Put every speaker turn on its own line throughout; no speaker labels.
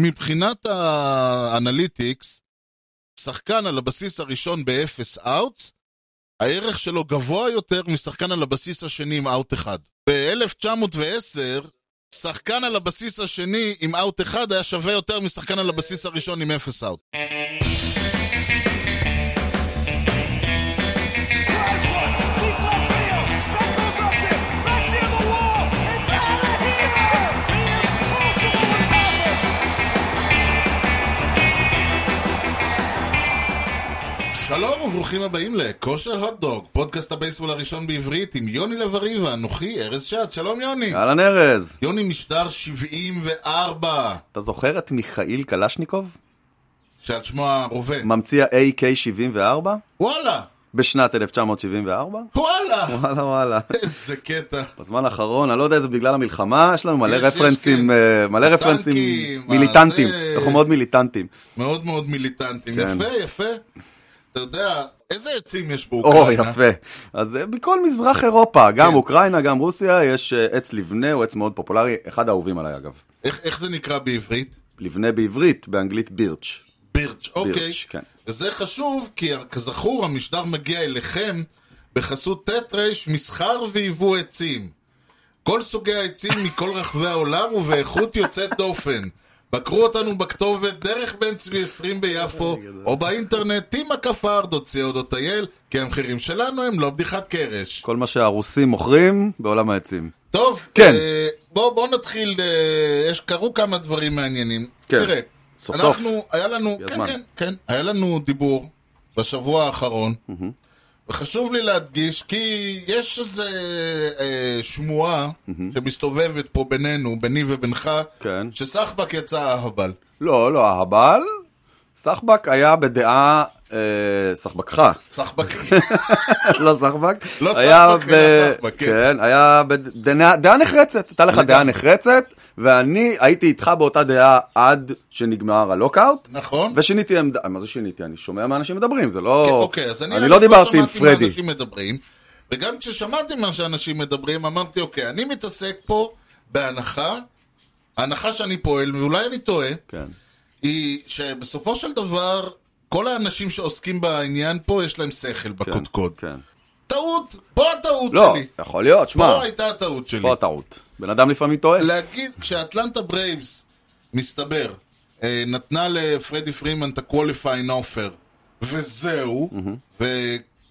מבחינת האנליטיקס, שחקן על הבסיס הראשון באפס אאוטס, הערך שלו גבוה יותר משחקן על הבסיס השני עם אאוט אחד. ב-1910, שחקן על הבסיס השני עם אאוט אחד היה שווה יותר משחקן על הבסיס הראשון עם אפס אאוט.
Drives one, deep left field. That goes up to back near the wall. It's out of here. The impossible has happened.
שלום וברוכים הבאים לכושר הוטדוג, פודקאסט הבייסבול הראשון בעברית עם יוני לב-ארי ואנוכי ארז שץ. שלום יוני.
אהלן ארז,
יוני משדר 74,
אתה זוכר את מיכאיל קלשניקוב?
שעל שמו הרובה.
ממציא ה-AK-74?
וואלה!
בשנת 1974?
וואלה!
וואלה וואלה.
איזה קטע.
בזמן האחרון, אני לא יודע, זה בגלל המלחמה, יש לנו מלא
יש, יש, כן.
רפרנסים, אה, מלא רפרנסים
הטנקים,
מיליטנטים,
הזה.
אנחנו מאוד מיליטנטים.
מאוד מאוד מיליטנטים.
כן.
יפה, יפה. אתה יודע, איזה עצים יש
או,
באוקראינה?
יפה. אז אה, מכל מזרח אירופה, גם
כן.
אוקראינה, גם רוסיה, יש אה, עץ לבנה, הוא עץ מאוד פופולרי, אחד האהובים עליי אגב.
איך, איך זה נקרא בעברית?
לבנה בעברית, באנגלית בירץ'.
בירץ', אוקיי.
כן.
וזה חשוב, כי כזכור, המשדר מגיע אליכם בחסות ט' ר' מסחר ויבוא עצים. כל סוגי העצים מכל רחבי העולם ובאיכות יוצאת דופן. בקרו אותנו בכתובת דרך בן צבי 20 ביפו, או באינטרנט timakafard.co.il, כי המחירים שלנו הם לא בדיחת קרש.
כל מה שהרוסים מוכרים בעולם העצים.
טוב,
כן.
אה, בוא, בוא נתחיל, אה, יש, קרו כמה דברים מעניינים.
כן.
תראה,
סוף סוף.
אנחנו, היה לנו,
יש
כן,
זמן.
כן, כן, היה לנו דיבור בשבוע האחרון, וחשוב לי להדגיש, כי יש איזו אה, שמועה שמסתובבת פה בינינו, ביני ובינך,
כן.
שסחבק יצא אהבל.
לא, לא, אהבל, סחבק היה בדעה, אה, סחבקך,
סחבק,
לא סחבק,
לא
היה
סחבק אלא סחבק, כן.
כן, היה בדעה דעה נחרצת, הייתה לך דעה
לגמרי.
נחרצת, ואני הייתי איתך באותה דעה עד שנגמר הלוקאוט,
נכון?
ושיניתי עמדה, אה, מה זה שיניתי? אני שומע מה אנשים מדברים, זה לא...
כן, אוקיי, אז אני,
אני
אז
לא דיברתי עם
שמעתי מה
פרדי.
אנשים מדברים, וגם כששמעתי מה שאנשים מדברים, אמרתי, אוקיי, אני מתעסק פה בהנחה, ההנחה שאני פועל, ואולי אני טועה,
כן,
היא שבסופו של דבר, כל האנשים שעוסקים בעניין פה, יש להם שכל
כן,
בקודקוד.
כן.
טעות, פה הטעות
לא,
שלי.
יכול להיות, שמע,
פה הייתה הטעות שלי.
פה הטעות. בן אדם לפעמים טועה.
להגיד, כשאטלנטה ברייבס, מסתבר, אה, נתנה לפרדי פרימן את ה-qualifying offer, וזהו,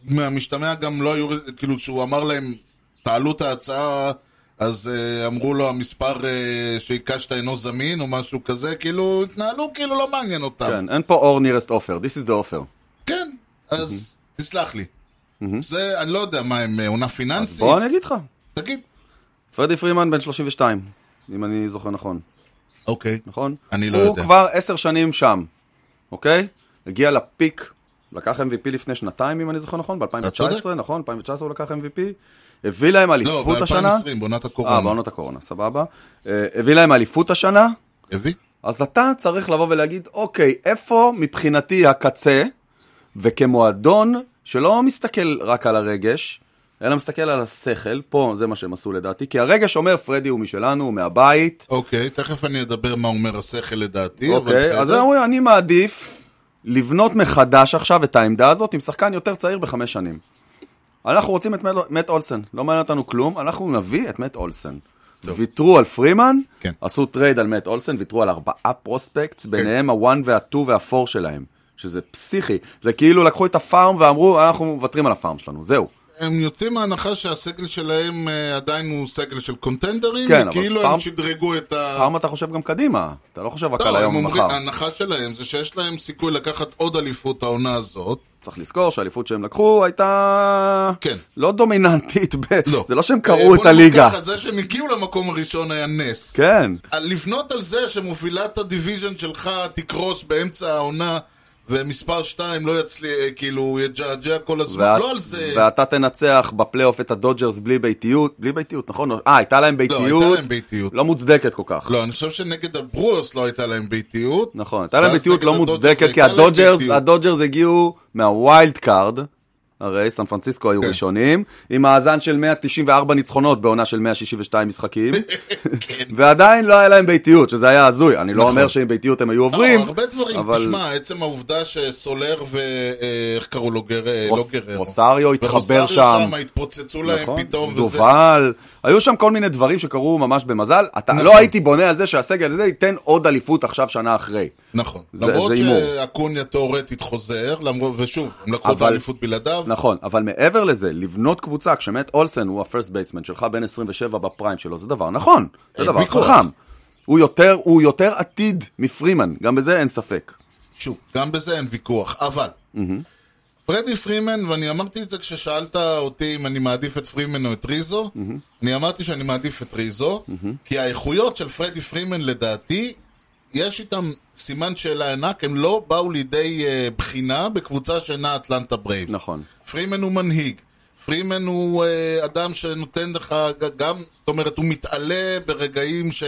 ומהמשתמע גם לא היו, כאילו, כשהוא אמר להם, תעלו את ההצעה, אז אה, אמרו לו, המספר אה, שהקשת אינו זמין, או משהו כזה, כאילו, התנהלו כאילו לא מעניין אותם.
כן, אין פה אור nearest offer, this is the offer.
כן, אז תסלח לי. זה, אני לא יודע מה הם, אה, עונה פיננסית?
בוא אני אגיד לך,
תגיד.
פרדי פרימן בן 32, אם אני זוכר נכון,
אוקיי.
נכון?
אני לא
הוא
יודע.
הוא כבר עשר שנים שם, אוקיי? הגיע לפיק, לקח MVP לפני שנתיים, אם אני זוכר נכון,
אתה צודק.
ב-2019, נכון? 2019 הוא לקח MVP, הביא להם
לא,
אליפות השנה.
ב-2020, בעונת
אה,
הקורונה.
בעונות הקורונה, סבבה. אה, הביא להם אליפות השנה,
הביא?
אז אתה צריך לבוא ולהגיד, אוקיי, איפה מבחינתי הקצה, וכמועדון שלא מסתכל רק על הרגש, אלא מסתכל על השכל, פה זה מה שהם עשו לדעתי, כי הרגש אומר, פרדי הוא משלנו, הוא מהבית,
אוקיי, תכף אני אדבר מה אומר השכל לדעתי, אבל
אוקיי, אז
בסדר.
הם אומרים, אני מעדיף לבנות מחדש עכשיו את העמדה הזאת עם שחקן יותר צעיר בחמש שנים. אנחנו רוצים את מאט- מאט אולסן, לא מעניין אותנו כלום, אנחנו נביא את מאט אולסן. ויתרו על פרימן,
כן.
עשו טרייד על מאט אולסן, ויתרו על ארבעה פרוספקטס, ביניהם הוואן והטו והפור שלהם, שזה פסיכי. זה כאילו לקחו את הפארם ואמרו, אנחנו מוותרים על הפארם שלנו, זהו.
הם יוצאים מההנחה שהסגל שלהם אה, עדיין הוא סגל של קונטנדרים,
כן, אבל
וכאילו הם
פעם-
שדרגו את ה...
פארם אתה חושב גם קדימה, אתה לא חושב רק על
לא, הם
היום
אומרים,
ומחר.
ההנחה שלהם זה שיש להם סיכוי לקחת עוד אליפות העונה הזאת.
צריך לזכור שהאליפות שהם לקחו הייתה
כן.
לא דומיננטית, ב...
לא.
זה לא שהם
אה,
קראו את
בוא נגיד
הליגה.
ככה, זה שהם הגיעו למקום הראשון היה נס. אה,
כן,
לבנות על זה שמובילת הדיוויז'ן שלך תקרוס באמצע העונה ומספר 2 לא יצליח, אה, כאילו, יג'עג'ע כל הזמן,
ואת-
לא על זה.
ואתה תנצח בפלייאוף את הדודג'רס בלי ביתיות, בלי ביתיות, נכון? אה, הייתה להם
לא,
ביתיות,
הייתה להם ביתיות.
לא מוצדקת כל כך.
לא, אני חושב שנגד הברוורס לא הייתה להם ביתיות.
נכון, הייתה להם
ואז
ביתיות
נגד
לא
הדודג'רס
מוצדקת, כי
הייתה להם
הדודג'רס,
ביתיות.
הדודג'רס הגיעו מהווילד קארד, הרי סן פרנסיסקו
כן.
היו ראשונים, עם מאזן של 194 ניצחונות בעונה של 162 משחקים,
כן.
ועדיין לא היה להם ביתיות, שזה היה הזוי. אני לא
נכון.
אומר שעם ביתיות הם היו עוברים,
לא, הרבה דברים,
אבל-
תשמע, עצם העובדה שסולר ו... אה, איך קראו לו? גר... אה, לא
רוס-
גררו.
רוסריו התחבר
ורוסריו
שם.
שם, התפוצצו להם פתאום, וזה...
נכון, דובל, היו שם כל מיני דברים שקרו ממש במזל. אתה
נכון.
לא הייתי בונה על זה שהסגל הזה ייתן עוד אליפות עכשיו שנה אחרי.
נכון.
זה-
למרות
זה הימור.
שאקוניה תאורטית חוזר, למרות... ושוב, הם לקחו את
אבל-
האליפות בלעדיו.
נכון, אבל מעבר לזה, לבנות קבוצה, כשמת אולסן הוא הפרסט בייסמן שלך בין 27 בפריים שלו, זה דבר נכון, זה
אין
דבר
ויכוח.
חכם. הוא יותר, הוא יותר עתיד מפרימן, גם בזה אין ספק.
שוב, גם בזה אין ויכוח, אבל... פרדי פרימן, ואני אמרתי את זה כששאלת אותי אם אני מעדיף את פרימן או את ריזו, אני אמרתי שאני מעדיף את ריזו, כי האיכויות של פרדי פרימן לדעתי, יש איתם סימן שאלה ענק, הם לא באו לידי אה, בחינה בקבוצה שאינה אטלנטה ברייבס.
נכון.
פרימן הוא מנהיג. פרימן הוא אה, אדם שנותן לך ג- גם, זאת אומרת, הוא מתעלה ברגעים ש...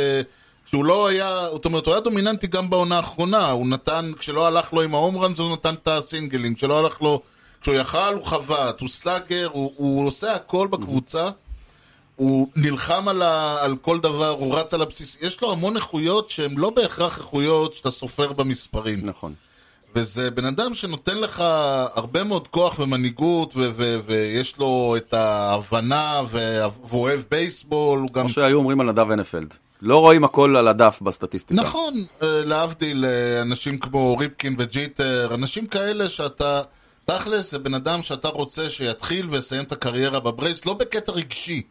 שהוא לא היה, זאת אומרת, הוא היה דומיננטי גם בעונה האחרונה, הוא נתן, כשלא הלך לו עם ההומראנס, הוא נתן את הסינגלים, כשלא הלך לו, כשהוא יכל, הוא חבט, הוא סלאגר, הוא, הוא עושה הכל בקבוצה, הוא נלחם על, ה, על כל דבר, הוא רץ על הבסיס, יש לו המון איכויות שהן לא בהכרח איכויות שאתה סופר במספרים.
נכון.
וזה בן אדם שנותן לך הרבה מאוד כוח ומנהיגות, ו- ו- ויש לו את ההבנה, ו- והוא אוהב בייסבול, הוא גם...
כמו שהיו אומרים על נדב הנפלד. לא רואים הכל על הדף בסטטיסטיקה.
נכון, אה, להבדיל אה, אנשים כמו ריפקין וג'יטר, אנשים כאלה שאתה... תכלס, זה בן אדם שאתה רוצה שיתחיל ויסיים את הקריירה בברייס, לא בקטע רגשי,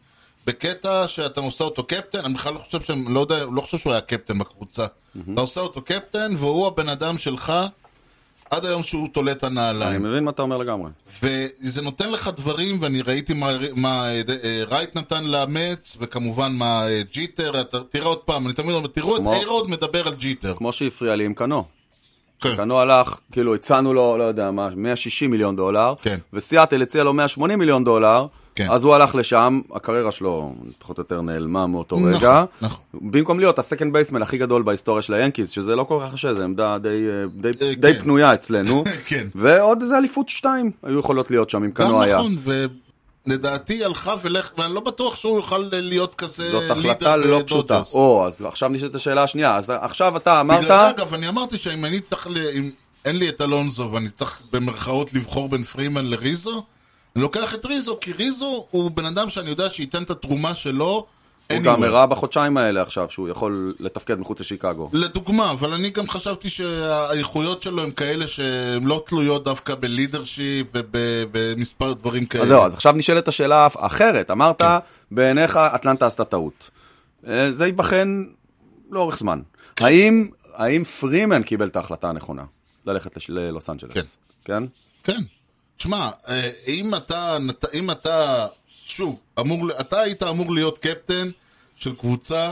בקטע שאתה עושה אותו קפטן, אני בכלל לא חושב שהם, לא יודע, לא חושב שהוא היה קפטן בקבוצה. אתה עושה אותו קפטן, והוא הבן אדם שלך עד היום שהוא תולה את הנעליים.
אני מבין מה אתה אומר לגמרי.
וזה נותן לך דברים, ואני ראיתי מה, מה אה, אה, רייט נתן לאמץ, וכמובן מה אה, ג'יטר, אתה, תראה עוד פעם, אני תמיד אומר, תראו את
כמו-
איירוד מדבר על ג'יטר.
כמו שהפריע לי עם קנו.
כן.
קנו הלך, כאילו הצענו לו, לא יודע מה, 160 מיליון דולר,
כן.
וסיאטל הציע לו 180 מיליון דולר,
כן.
אז הוא הלך לשם, הקריירה שלו פחות או יותר נעלמה מאותו
נכון,
רגע.
נכון.
במקום להיות הסקנד בייסמן הכי גדול בהיסטוריה של היאנקיז, שזה לא כל כך קשה, זו עמדה די, אה, די,
אה,
די
כן.
פנויה אצלנו.
כן.
ועוד איזה אליפות שתיים היו יכולות להיות שם אם קנו
גם
היה.
נכון, ולדעתי היא הלכה ולך, ואני לא בטוח שהוא יוכל להיות כזה
זאת
אה, לידר
החלטה לא פשוטה.
בדודג'רס.
או, אז עכשיו נשאלת השאלה השנייה, אז עכשיו אתה
בגלל זה,
אמרת,
אגב, אני אמרתי שאם אני צריך, ל- אם אין לי את אלונזו ואני צריך במרכאות לבחור בין פרימן לריזו, אני לוקח את ריזו, כי ריזו הוא בן אדם שאני יודע שייתן את התרומה שלו.
הוא
anyway.
גם הראה בחודשיים האלה עכשיו שהוא יכול לתפקד מחוץ לשיקגו.
לדוגמה, אבל אני גם חשבתי שהאיכויות שלו הם כאלה שהן לא תלויות דווקא בלידרשיפ ובמספר דברים כאלה.
אז אה, זהו, אז עכשיו נשאלת השאלה האחרת. אמרת,
כן.
בעיניך אטלנטה עשתה טעות. אה, זה ייבחן לאורך זמן. האם, האם פרימן קיבל את ההחלטה הנכונה ללכת לש- ללוס אנג'לס? כן.
כן. תשמע, אה, אם אתה, נת- אם אתה, שוב, אמור, ל- אתה היית אמור להיות קפטן של קבוצה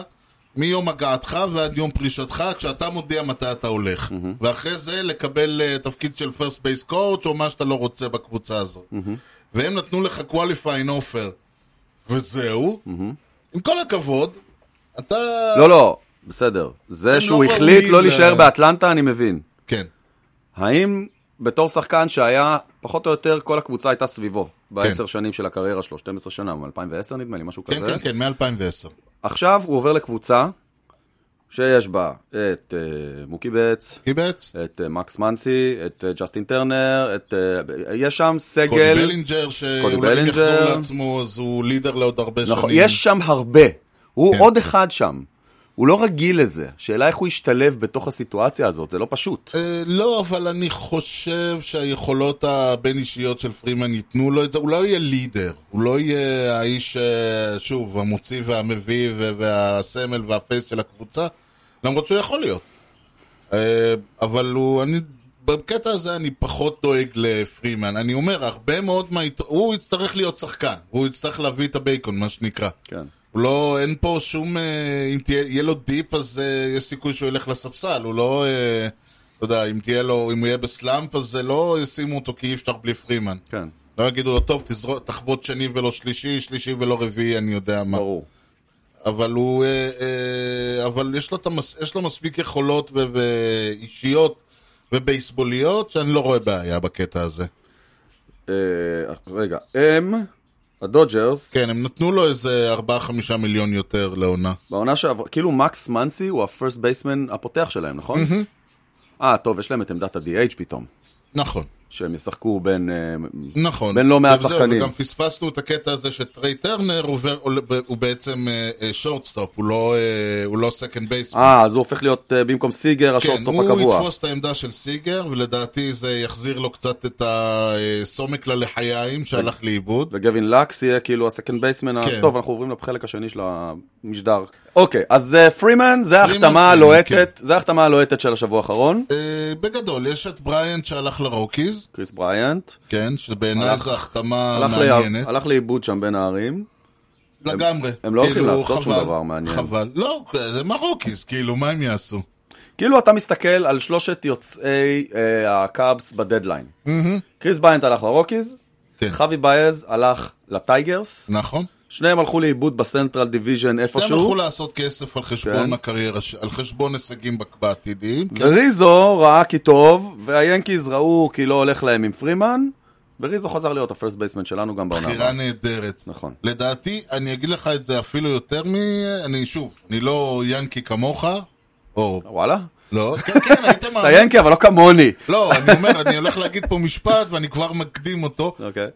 מיום הגעתך ועד יום פרישתך, כשאתה מודיע מתי אתה הולך. ואחרי זה לקבל אה, תפקיד של פרסט בייס קואוץ' או מה שאתה לא רוצה בקבוצה הזאת. והם נתנו לך qualifying offer, וזהו. עם כל הכבוד, אתה...
לא, לא, בסדר. זה
הם
שהוא
לא
החליט
ראויים
לא
ל-
להישאר באטלנטה, אני מבין.
כן.
האם בתור שחקן שהיה, פחות או יותר, כל הקבוצה הייתה סביבו, בעשר שנים של הקריירה שלו, 12 שנה, מ-2010 נדמה לי, משהו כזה.
כן, כן, כן, מ-2010.
עכשיו הוא עובר לקבוצה שיש בה את אה, מוקי בץ,
קיבץ?
את אה, מקס מנסי, את אה, ג'סטין טרנר, את, אה, יש שם
קודי
סגל, נכון,
בלינג'ר, שאולי
קודי
אם יחזור
בלינג'ר.
לעצמו, אז הוא לידר לעוד הרבה
נכון,
שנים.
יש שם הרבה, הוא
כן.
עוד אחד שם, הוא לא רגיל לזה, שאלה איך הוא ישתלב בתוך הסיטואציה הזאת, זה לא פשוט.
אה, לא, אבל אני חושב שהיכולות הבין-אישיות של פרימן ייתנו לו את זה. הוא לא יהיה לידר, הוא לא יהיה האיש, אה, שוב, המוציא והמביא ו- והסמל והפייס של הקבוצה, למרות שהוא יכול להיות. אה, אבל הוא, אני, בקטע הזה אני פחות דואג לפרימן. אני אומר, הרבה מאוד מה... הוא יצטרך להיות שחקן, הוא יצטרך להביא את הבייקון, מה שנקרא.
כן.
הוא לא, אין פה שום, אה, אם תהיה, יהיה לו דיפ אז אה, יש סיכוי שהוא ילך לספסל, הוא לא, אה, אתה יודע, אם תהיה לו, אם הוא יהיה בסלאמפ אז זה לא ישימו אותו כי אי אפשר בלי פרימן.
כן,
לא יגידו לו, טוב, תזרו, תחבוט שני ולא שלישי, שלישי ולא רביעי, אני יודע מה.
ברור.
אבל הוא, אה, אה, אבל יש לו, את המס, יש לו מספיק יכולות ו- ואישיות ובייסבוליות שאני לא רואה בעיה בקטע הזה.
אה, רגע, הם, הדודג'רס,
כן, הם נתנו לו איזה 4-5 מיליון יותר לעונה.
בעונה שעברה, כאילו מקס מנסי הוא הפרסט בייסמן הפותח שלהם, נכון? אה, טוב, יש להם את עמדת ה-DH פתאום,
נכון,
שהם ישחקו בין... אה,
נכון.
בין לא מעט
וזהו,
שחקנים.
וגם פספסנו את הקטע הזה שטריי טרנר עובר- עולה- הוא בעצם אה, אה, שורטסטופ, הוא לא, אה, הוא לא סקנד בייסמן.
אה, אז הוא הופך להיות אה, במקום סיגר, השורטסטופ
כן, הוא
הקבוע.
יתפוס את העמדה של סיגר, ולדעתי זה יחזיר לו קצת את אה, הסומק ללחיים שהלך לאיבוד.
וגווין לקס יהיה כאילו הסקנד בייסמן,
כן.
טוב אנחנו עוברים לחלק השני של המשדר. אוקיי, אז אה, פרימן זה ההחתמה
פרימן, כן.
הלוהטת, זה ההחתמה הלוהטת של השבוע האחרון,
אה, בגדול, יש את בריאנט שהלך לרוקיז,
קריס בריאנט,
כן, שבעיניי
הלך-
זו החתמה
הלך ל-
מעניינת.
הלך לאיבוד שם בין הערים,
לגמרי.
הם לא הולכים
כאילו,
לעשות שום
חבל,
דבר מעניין.
חבל. לא, זה מרוקיז, כאילו, מה הם יעשו?
כאילו אתה מסתכל על שלושת יוצאי אה, הקאבס בדדליין. קריס בריאנט הלך לרוקיז,
כן.
חווי באז הלך לטייגרס,
נכון?
שניהם הלכו לאיבוד בסנטרל דיוויז'ן
הם הלכו
איפשהו,
לעשות כסף על חשבון
כן. נכון.
הקריירה, ש- על חשבון הישגים בק- בעתידיים. כן.
וריזו ראה כי טוב, והיאנקיז ראו כי לא הולך להם עם פרימן, וריזו חזר להיות הפרסט בייסמן שלנו גם בעונה
בחירה
הבאה.
נהדרת.
נכון.
לדעתי, אני אגיד לך את זה אפילו יותר מ... אני שוב, אני לא ינקי כמוך, או...
וואלה?
לא, כן, כן, הייתם...
אתה ינקי אבל לא כמוני.
לא, אני אומר, אני הולך להגיד פה משפט ואני כבר מקדים אותו.
אוקיי.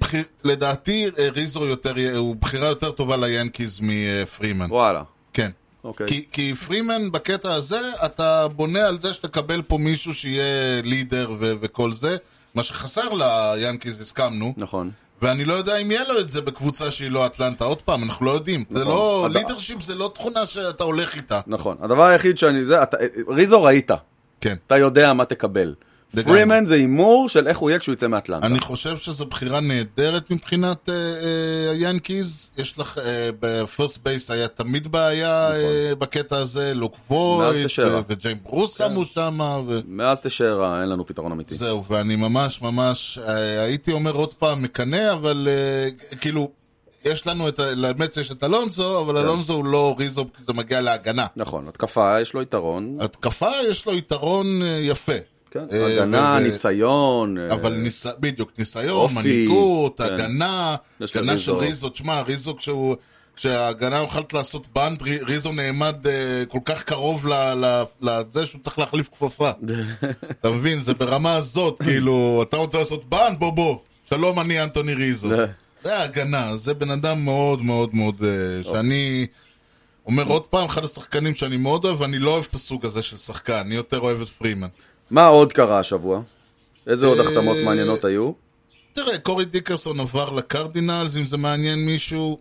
בחיר- לדעתי, אה, ריזו יותר, הוא בחירה יותר טובה ליאנקיז מפרימן.
וואלה.
כן.
אוקיי.
כי, כי פרימן בקטע הזה, אתה בונה על זה שתקבל פה מישהו שיהיה לידר ו- וכל זה. מה שחסר ליאנקיז הסכמנו,
נכון.
ואני לא יודע אם יהיה לו את זה בקבוצה שהיא לא אטלנטה. עוד פעם, אנחנו לא יודעים. זה
נכון.
לא,
אתה-
לידרשיפ זה לא תכונה שאתה הולך איתה.
נכון. הדבר היחיד שאני... זה, אתה... ריזו ראית.
כן.
אתה יודע מה תקבל.
לגמרי.
פרימן זה הימור של איך הוא יהיה כשהוא יצא מאטלנטה.
אני חושב שזו בחירה נהדרת מבחינת אה, אה, היאנקיז. יש לך, אה, בפרסט בייס היה תמיד בעיה אה, בקטע הזה, לוק
נכון. מאז כן.
וויד,
תשע.
ו- וג'יימס ברוס שמו שמה, ו...
מאז תשאר, אין לנו פתרון אמיתי.
אוקיי. זהו, ואני ממש ממש, אה, הייתי אומר עוד פעם מקנא, אבל אה, כאילו, יש לנו את, ה- לאמת יש את אלונזו,
כן.
אבל אלונזו הוא לא ריזו, כי זה מגיע להגנה.
נכון. התקפה, יש לו יתרון.
התקפה יש לו יתרון אה, יפה.
כן.
אה,
הגנה,
ו- ו-
ניסיון. אה,
אבל ניס... בדיוק, ניסיון,
אופי,
מנהיגות,
כן.
הגנה,
יש
הגנה של
לריזו.
ריזו, תשמע, ריזו כשהוא... כשההגנה הולכת לעשות בנד, רי- ריזו נעמד אה, כל כך קרוב ל- ל- לזה שהוא צריך להחליף כפפה. אתה מבין? זה ברמה הזאת, כאילו, אתה רוצה לעשות בנד? בוא בוא. שלום, אני אנטוני ריזו.
זה-
זה הגנה, זה בן אדם מאוד מאוד מאוד, אה, שאני אומר עוד פעם, אחד השחקנים שאני מאוד אוהב, ואני לא אוהב את הסוג הזה של שחקן, אני יותר אוהב את פרימן.
מה עוד קרה השבוע? איזה עוד
אה,
החתמות מעניינות היו?
תראה, קורי דיקרסון עבר לקרדינלס, אם זה מעניין מישהו.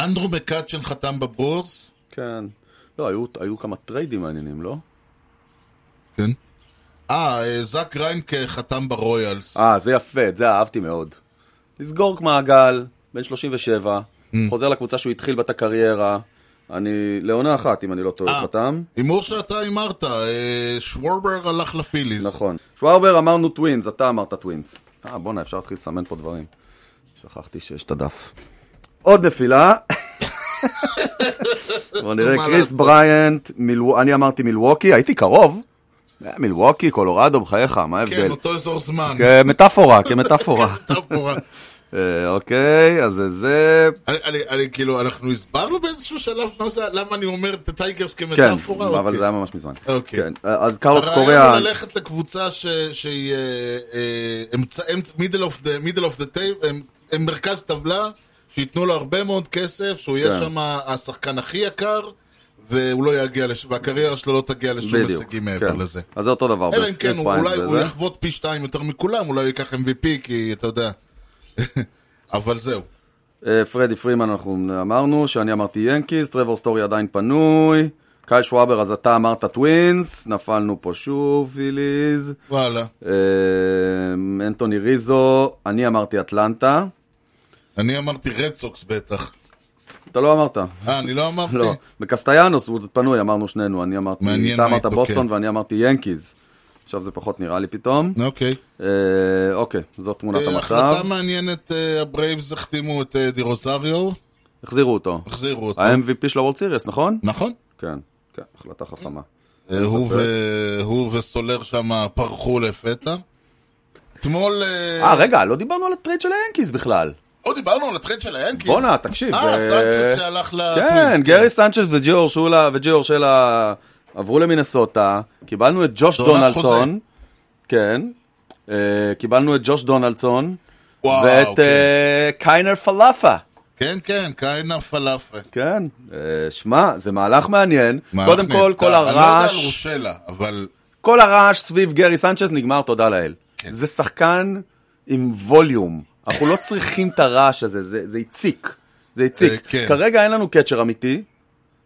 אנדרו מקאצ'ן חתם בברורס.
כן. לא, היו- היו כמה טריידים מעניינים, לא?
כן. אה, אה, זאק ריינק אה, חתם ברויאלס.
אה, זה יפה, את זה אהבתי מאוד. לסגור מעגל, בן 37,
Mm.
חוזר לקבוצה שהוא התחיל בה את הקריירה. אני, לעונה אחת, אם אני לא טועה,
אה.
חתם.
הימור שאתה הימרת, אה, שוורבר הלך לפיליז.
נכון. שווארבר אמרנו טווינס, אתה אמרת טווינס. אה, בואנה, אפשר להתחיל לסמן פה דברים. שכחתי שיש את הדף. עוד נפילה. בוא נראה,
מה
קריס
לעשות?
בריאנט, מילו- אני אמרתי מילווקי, הייתי קרוב. אה, מילווקי, קולורדו, בחייך, מה
כן,
ההבדל?
אותו אזור זמן.
כן. כמטאפורה, כמטאפורה.
מטאפורה.
אה, אוקיי, אז זה זה,
אני, אני, אני, כאילו, אנחנו הסברנו באיזשהו שלב מה זה, למה אני אומר את הטייגרס
כן,
כמטאפורה?
אבל זה היה ממש מזמן.
אוקיי.
כן, אז קארוס
הרעיון
קוריאה,
הוא ללכת לקבוצה ש- שהיא אה, אה, אמצע- אמצע- middle of the- middle of the table, הם- הם מרכז טבלה, שייתנו לו הרבה מאוד כסף, שהוא יהיה
כן.
שם השחקן הכי יקר, והוא לא יגיע, לש- והקריירה שלו לא תגיע לשום
בדיוק.
הישגים מעבר
כן.
לזה.
אז זה אותו דבר.
אלא אם
בס-
כן, הוא-
בספיינס
אולי הוא
וזה.
יחבוט פי שתיים יותר מכולם, אולי הוא ייקח MVP, כי אתה יודע. אבל זהו.
אה, פרדי פרימן, אנחנו אמרנו, שאני אמרתי ינקיס, טרוור סטורי עדיין פנוי, קאי שוואבר, אז אתה אמרת טווינס, נפלנו פה שוב, פיליז,
וואלה.
אה, אנטוני ריזו, אני אמרתי אטלנטה,
אני אמרתי רד סוקס בטח.
אתה לא אמרת.
אה, אני לא אמרתי?
לא, בקסטיאנוס הוא פנוי, אמרנו שנינו, אני אמרתי,
מעניין
אתה
מה
אמרת
יתוקן.
בוסטון ואני אמרתי ינקיז. עכשיו זה פחות נראה לי פתאום.
אוקיי.
אה, אוקיי, זאת תמונת
אה,
המצב.
החלטה מעניינת, אה, הברייבס החתימו את אה, דירוזריו,
החזירו אותו.
החזירו אותו.
ה-MVP של הוולד סיריס, נכון?
נכון?
כן, כן, החלטה חכמה.
אה, הוא ו- הוא וסולר שם פרחו לפתע. אתמול... אה,
אה, רגע, לא דיברנו על הטרייד של היאנקיז בכלל.
עוד דיברנו על הטרייד של היאנקיס.
בואנה, תקשיב.
אה,
זה-
סנצ'ס שהלך
כן,
לטווינס.
גרי סנצ'ס וג'יאור שולה וג'יאור שלה עברו למינסוטה, קיבלנו את ג'וש
דונלד
דונלדסון. כן. אה, קיבלנו את ג'וש דונלדסון.
וואו,
ואת
כן.
אה, קיינר פלאפה.
כן, כן, קיינה פלאפה.
כן. אה, שמע, זה מהלך מעניין.
מערך
קודם כל,
נהדר.
כל
אני לא יודע על
הרעש,
רושלה, אבל...
כל הרעש סביב גרי סנצ'ס נגמר, תודה לאל.
כן.
זה שחקן עם ווליום. אנחנו לא צריכים את הרעש הזה, זה זה הציק. זה
אה,
הציק.
כן.
כרגע אין לנו קאצ'ר אמיתי.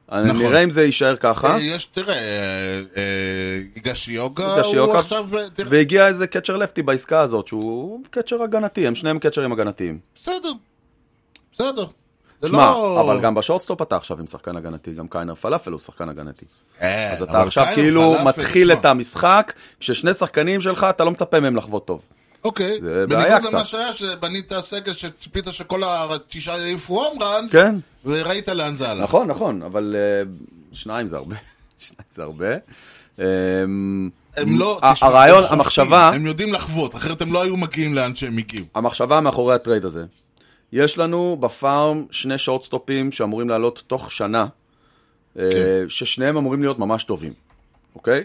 נכון.
נראה אם זה יישאר ככה.
אה, יש, תראה, אה, אה, גשיוגה הוא
גשיוגה.
עכשיו... אה, תראה,
והגיע איזה קצ'ר לפטי בעסקה הזאת, שהוא קצ'ר הגנתי, הם שניהם קצ'רים הגנתיים.
בסדר. בסדר. זה
שמע,
לא...
אבל גם בשורטסטופ אתה עכשיו עם שחקן הגנתי, גם קיינר פלאפל הוא שחקן הגנתי.
אה,
אז אתה
אבל
עכשיו
קיינר
כאילו
פלאפל,
מתחיל
שמע.
את המשחק, כששני שחקנים שלך, אתה לא מצפה מהם לחוות טוב.
אוקיי,
זה בעיה
בניגוד למה
קצת.
שהיה, שבנית סגל שציפית שכל התשעה יעיפו הום ראנס,
כן.
וראית לאן זה הלך.
נכון, נכון, אבל אה, שניים זה הרבה. שניים זה הרבה. אה,
הם לא,
ה-
תשמע,
הרעיון,
הם חובטים,
המחשבה,
הם יודעים לחוות, אחרת הם לא היו מגיעים לאן שהם הגיעו.
המחשבה מאחורי הטרייד הזה. יש לנו בפארם שני שורטסטופים שאמורים לעלות תוך שנה, אה,
כן.
ששניהם אמורים להיות ממש טובים, אוקיי?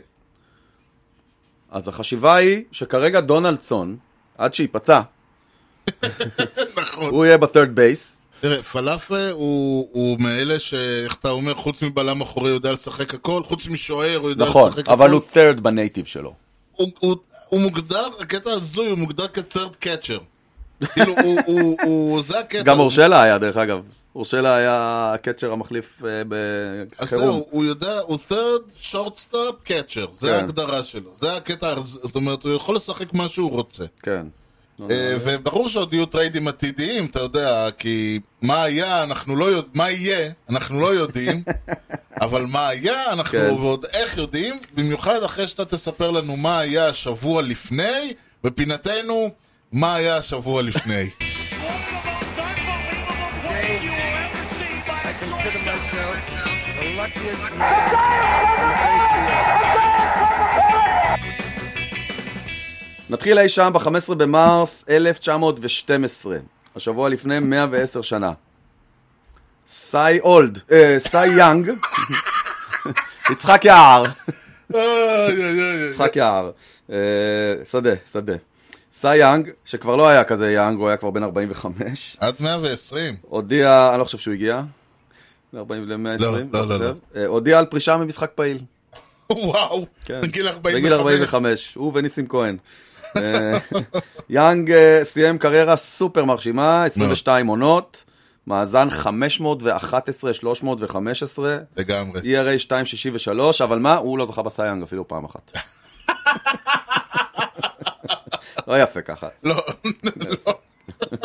אז החשיבה היא שכרגע דונלדסון, עד שייפצע,
נכון.
הוא יהיה בת'רד בייס.
תראה, פלאפה הוא הוא מאלה ש... איך אתה אומר, חוץ מבלם אחורי הוא יודע לשחק הכל, חוץ משוער לא, הוא יודע
נכון,
לשחק הכל.
אבל הוא third בנייטיב שלו.
הוא- הוא- הוא מוגדר, הקטע הזוי, הוא מוגדר כ-third catcher. כאילו, הוא- הוא- הוא... זה הקטע.
גם
הוא-
אורשלה היה, דרך אגב. אורשלה היה הקצ'ר המחליף אה,
אז
בחירום.
זהו, הוא יודע, הוא third shortstop catcher, זה
כן.
ההגדרה שלו. זה הקטע, הז- זאת אומרת, הוא יכול לשחק מה שהוא רוצה.
כן.
אה, וברור שעוד יהיו טריידים עתידיים, אתה יודע, כי מה היה, אנחנו לא יודעים, מה יהיה, אנחנו לא יודעים, אבל מה היה, אנחנו
כן.
ועוד איך יודעים, במיוחד אחרי שאתה תספר לנו מה היה השבוע לפני, בפינתנו, מה היה השבוע לפני.
One of the most unbelievable plays you will ever see by a
consider myself the luckiest
נתחיל אי שם ב-15 במרס 1912, השבוע לפני 110 שנה. סי אולד, אה, סי יאנג, יצחק יער,
איי, איי, איי, איי.
יצחק יער, אה, שדה, שדה. סי יאנג, שכבר לא היה כזה יאנג, הוא היה כבר בן 45,
עד 120.
הודיע, אני לא חושב שהוא הגיע, ל-40 ל-120,
לא, לא, לא,
חושב. אה, הודיע על פרישה ממשחק פעיל.
וואו,
כן.
בגיל 45.
בגיל 45, הוא וניסים כהן. אה, יאנג אה, סיים קריירה סופר מרשימה, 22 עונות, מאזן 511-315,
לגמרי.
ERA 263, אבל מה, הוא לא זכה בסייאנג אפילו פעם אחת. לא יפה ככה.
לא, לא. לא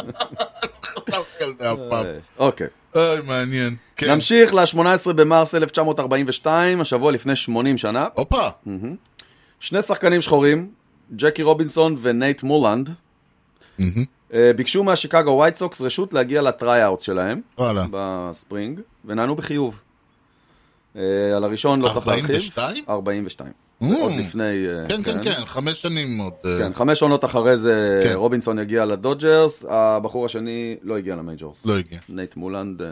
חשבתי על זה אף פעם.
אה, אוקיי.
אוי, מעניין. כן.
נמשיך ל-18 במרס 1942, השבוע לפני 80 שנה.
הופה.
שני שחקנים שחורים, ג'קי רובינסון ונייט מולנד, אה, ביקשו מהשיקגו ווייט סוקס רשות להגיע לטרייאאוט שלהם
וואלה.
בספרינג, ונענו בחיוב. אה, על הראשון לא צריך להרחיב.
42?
42?
Mm.
42. עוד לפני... אה,
כן, כן, כן, חמש שנים עוד. אה,
כן, חמש עונות אחרי זה
כן.
רובינסון הגיע לדודג'רס, הבחור השני לא הגיע למייג'ורס.
לא הגיע.
נייט מולנד אה,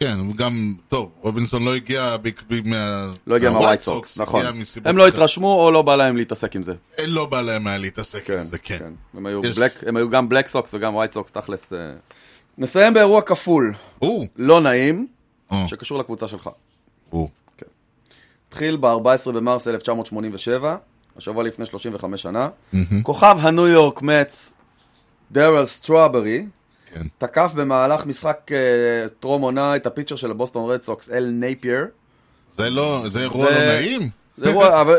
כן, הוא גם, טוב, רובינסון לא הגיע בעקבי מה...
לא הגיע
מהווייט
מהווייט סוקס, נכון.
אה, הגיע מסיבות
הם לא
אחרות.
התרשמו או לא בא להם להתעסק עם זה.
אין, לא בא להם היה להתעסק עם זה, כן.
הם היו
יש-
black- הם היו גם בלק סוקס וגם ווייט סוקס, תכלס. אה. נסיים באירוע כפול,
הוא,
לא נעים,
אה.
שקשור לקבוצה שלך.
הוא.
התחיל ב-14 במרס 1987, השבוע לפני 35 שנה. כוכב הניו יורק מצ, דרל סטרוברי,
כן.
תקף במהלך משחק אה, טרום עונה את הפיצ'ר של הבוסטון רד סוקס, אל נייפייר.
זה לא, זה אירוע לא
זה-
נעים?
זה אירוע- אבל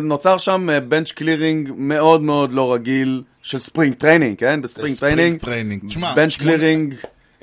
נוצר שם בנץ' קלירינג מאוד מאוד לא רגיל של ספרינג טריינינג, כן? בספרינג טריינינג.
טריינינג. תשמע,
בנץ'
שמונה-
קלירינג.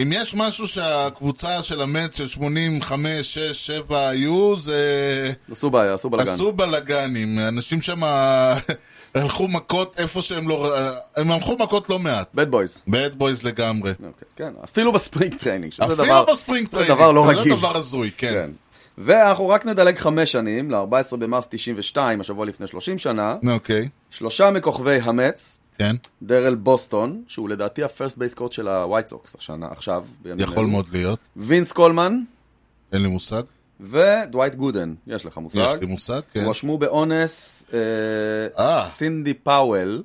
אם יש משהו שהקבוצה של המץ של 85, 6, 7 היו, זה...
עשו בעיה, עשו בלאגן.
עשו בלאגנים. אנשים שם אה, הלכו מכות איפה שהם לא... הם הלכו מכות לא מעט.
בד בויז.
בד בויז לגמרי.
אוקיי, כן, אפילו בספרינג טריינינג, שזה דבר,
אפילו בספרינג
זה
טריינינג.
דבר לא
זה
רגיל.
דבר הזוי, כן.
כן. ואנחנו רק נדלג חמש שנים, ל-14 במרס 92, השבוע לפני 30 שנה,
אוקיי.
שלושה מכוכבי המץ,
כן,
דרל בוסטון, שהוא לדעתי הפרסט בייס קורט של הווייט סוקס השנה, עכשיו. בימים
יכול
אלו.
מאוד להיות,
וינס קולמן
אין לי מושג.
ודווייט גודן, יש לך מושג.
יש לי מושג, כן.
הואשמו באונס אה,
אה.
סינדי פאוול,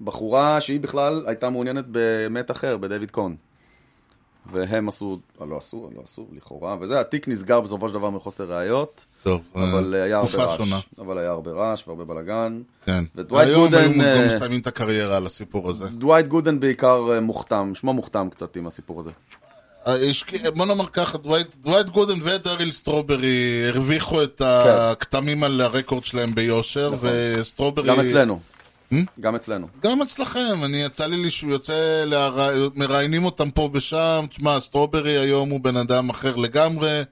בחורה שהיא בכלל הייתה מעוניינת במת אחר, בדויד קון. והם עשו, אה, לא עשו, לא עשו, לכאורה, וזה, התיק נסגר בסופו של דבר מחוסר ראיות,
טוב,
אבל
אה,
אה, היה הרבה
תקופה
רעש.
שונה.
אבל היה הרבה רעש והרבה בלאגן.
כן.
ודווייט
היום היו
גודן, אה,
גם מסיימים את הקריירה על הסיפור הזה.
דווייט גודן בעיקר אה, מוכתם, שמו מוכתם קצת עם הסיפור הזה.
אה, האיש- בוא נאמר ככה, דווייט- דווייט גודן ודריל סטרוברי הרוויחו
כן.
את הכתמים על הרקורד שלהם ביושר, וסטרוברי...
נכון. גם אצלנו.
אה?
גם אצלנו.
גם אצלכם, אני יצא לי, לש- יוצא, להר... מראיינים אותם פה ושם, תשמע, סטרוברי היום הוא בן אדם אחר לגמרי,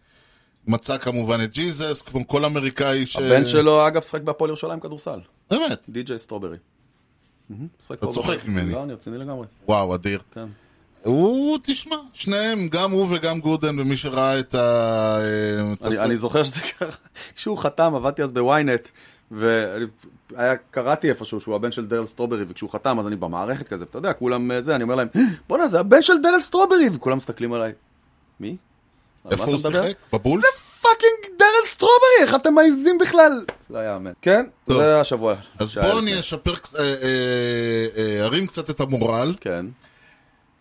מצא כמובן את ג'יזס, כמו כל אמריקאי ש...
הבן שלו, אגב, שחק בהפועל ירושלים כדורסל.
באמת,
די.ג'יי סטרוברי. אתה
צוחק ממני.
לא, אני רציני לגמרי,
וואו, אדיר.
כן.
הוא, תשמע, שניהם, גם הוא וגם גודן, ומי שראה את ה... אה, את
אני,
הסרט-
אני זוכר שזה ככה, כשהוא חתם עבדתי אז בוויינט, וקראתי איפשהו שהוא הבן של דרל סטרוברי, וכשהוא חתם אז אני במערכת כזה, ואתה יודע, כולם אה, זה, אני אומר להם, בואנה זה הבן של דרל סטרוברי, וכולם מסתכלים עליי, מי? על מה
איפה
אתה
הוא
מדבר?"
שיחק? בבולס?
פאקינג דרל סטרוברי, איך אתם מעיזים בכלל? לא יאמן. כן,
טוב.
זה השבוע.
אז
שהיה
בואו
לפני.
אני אשפר, קצ- אה, אה, אה, ארים קצת את המורל.
כן,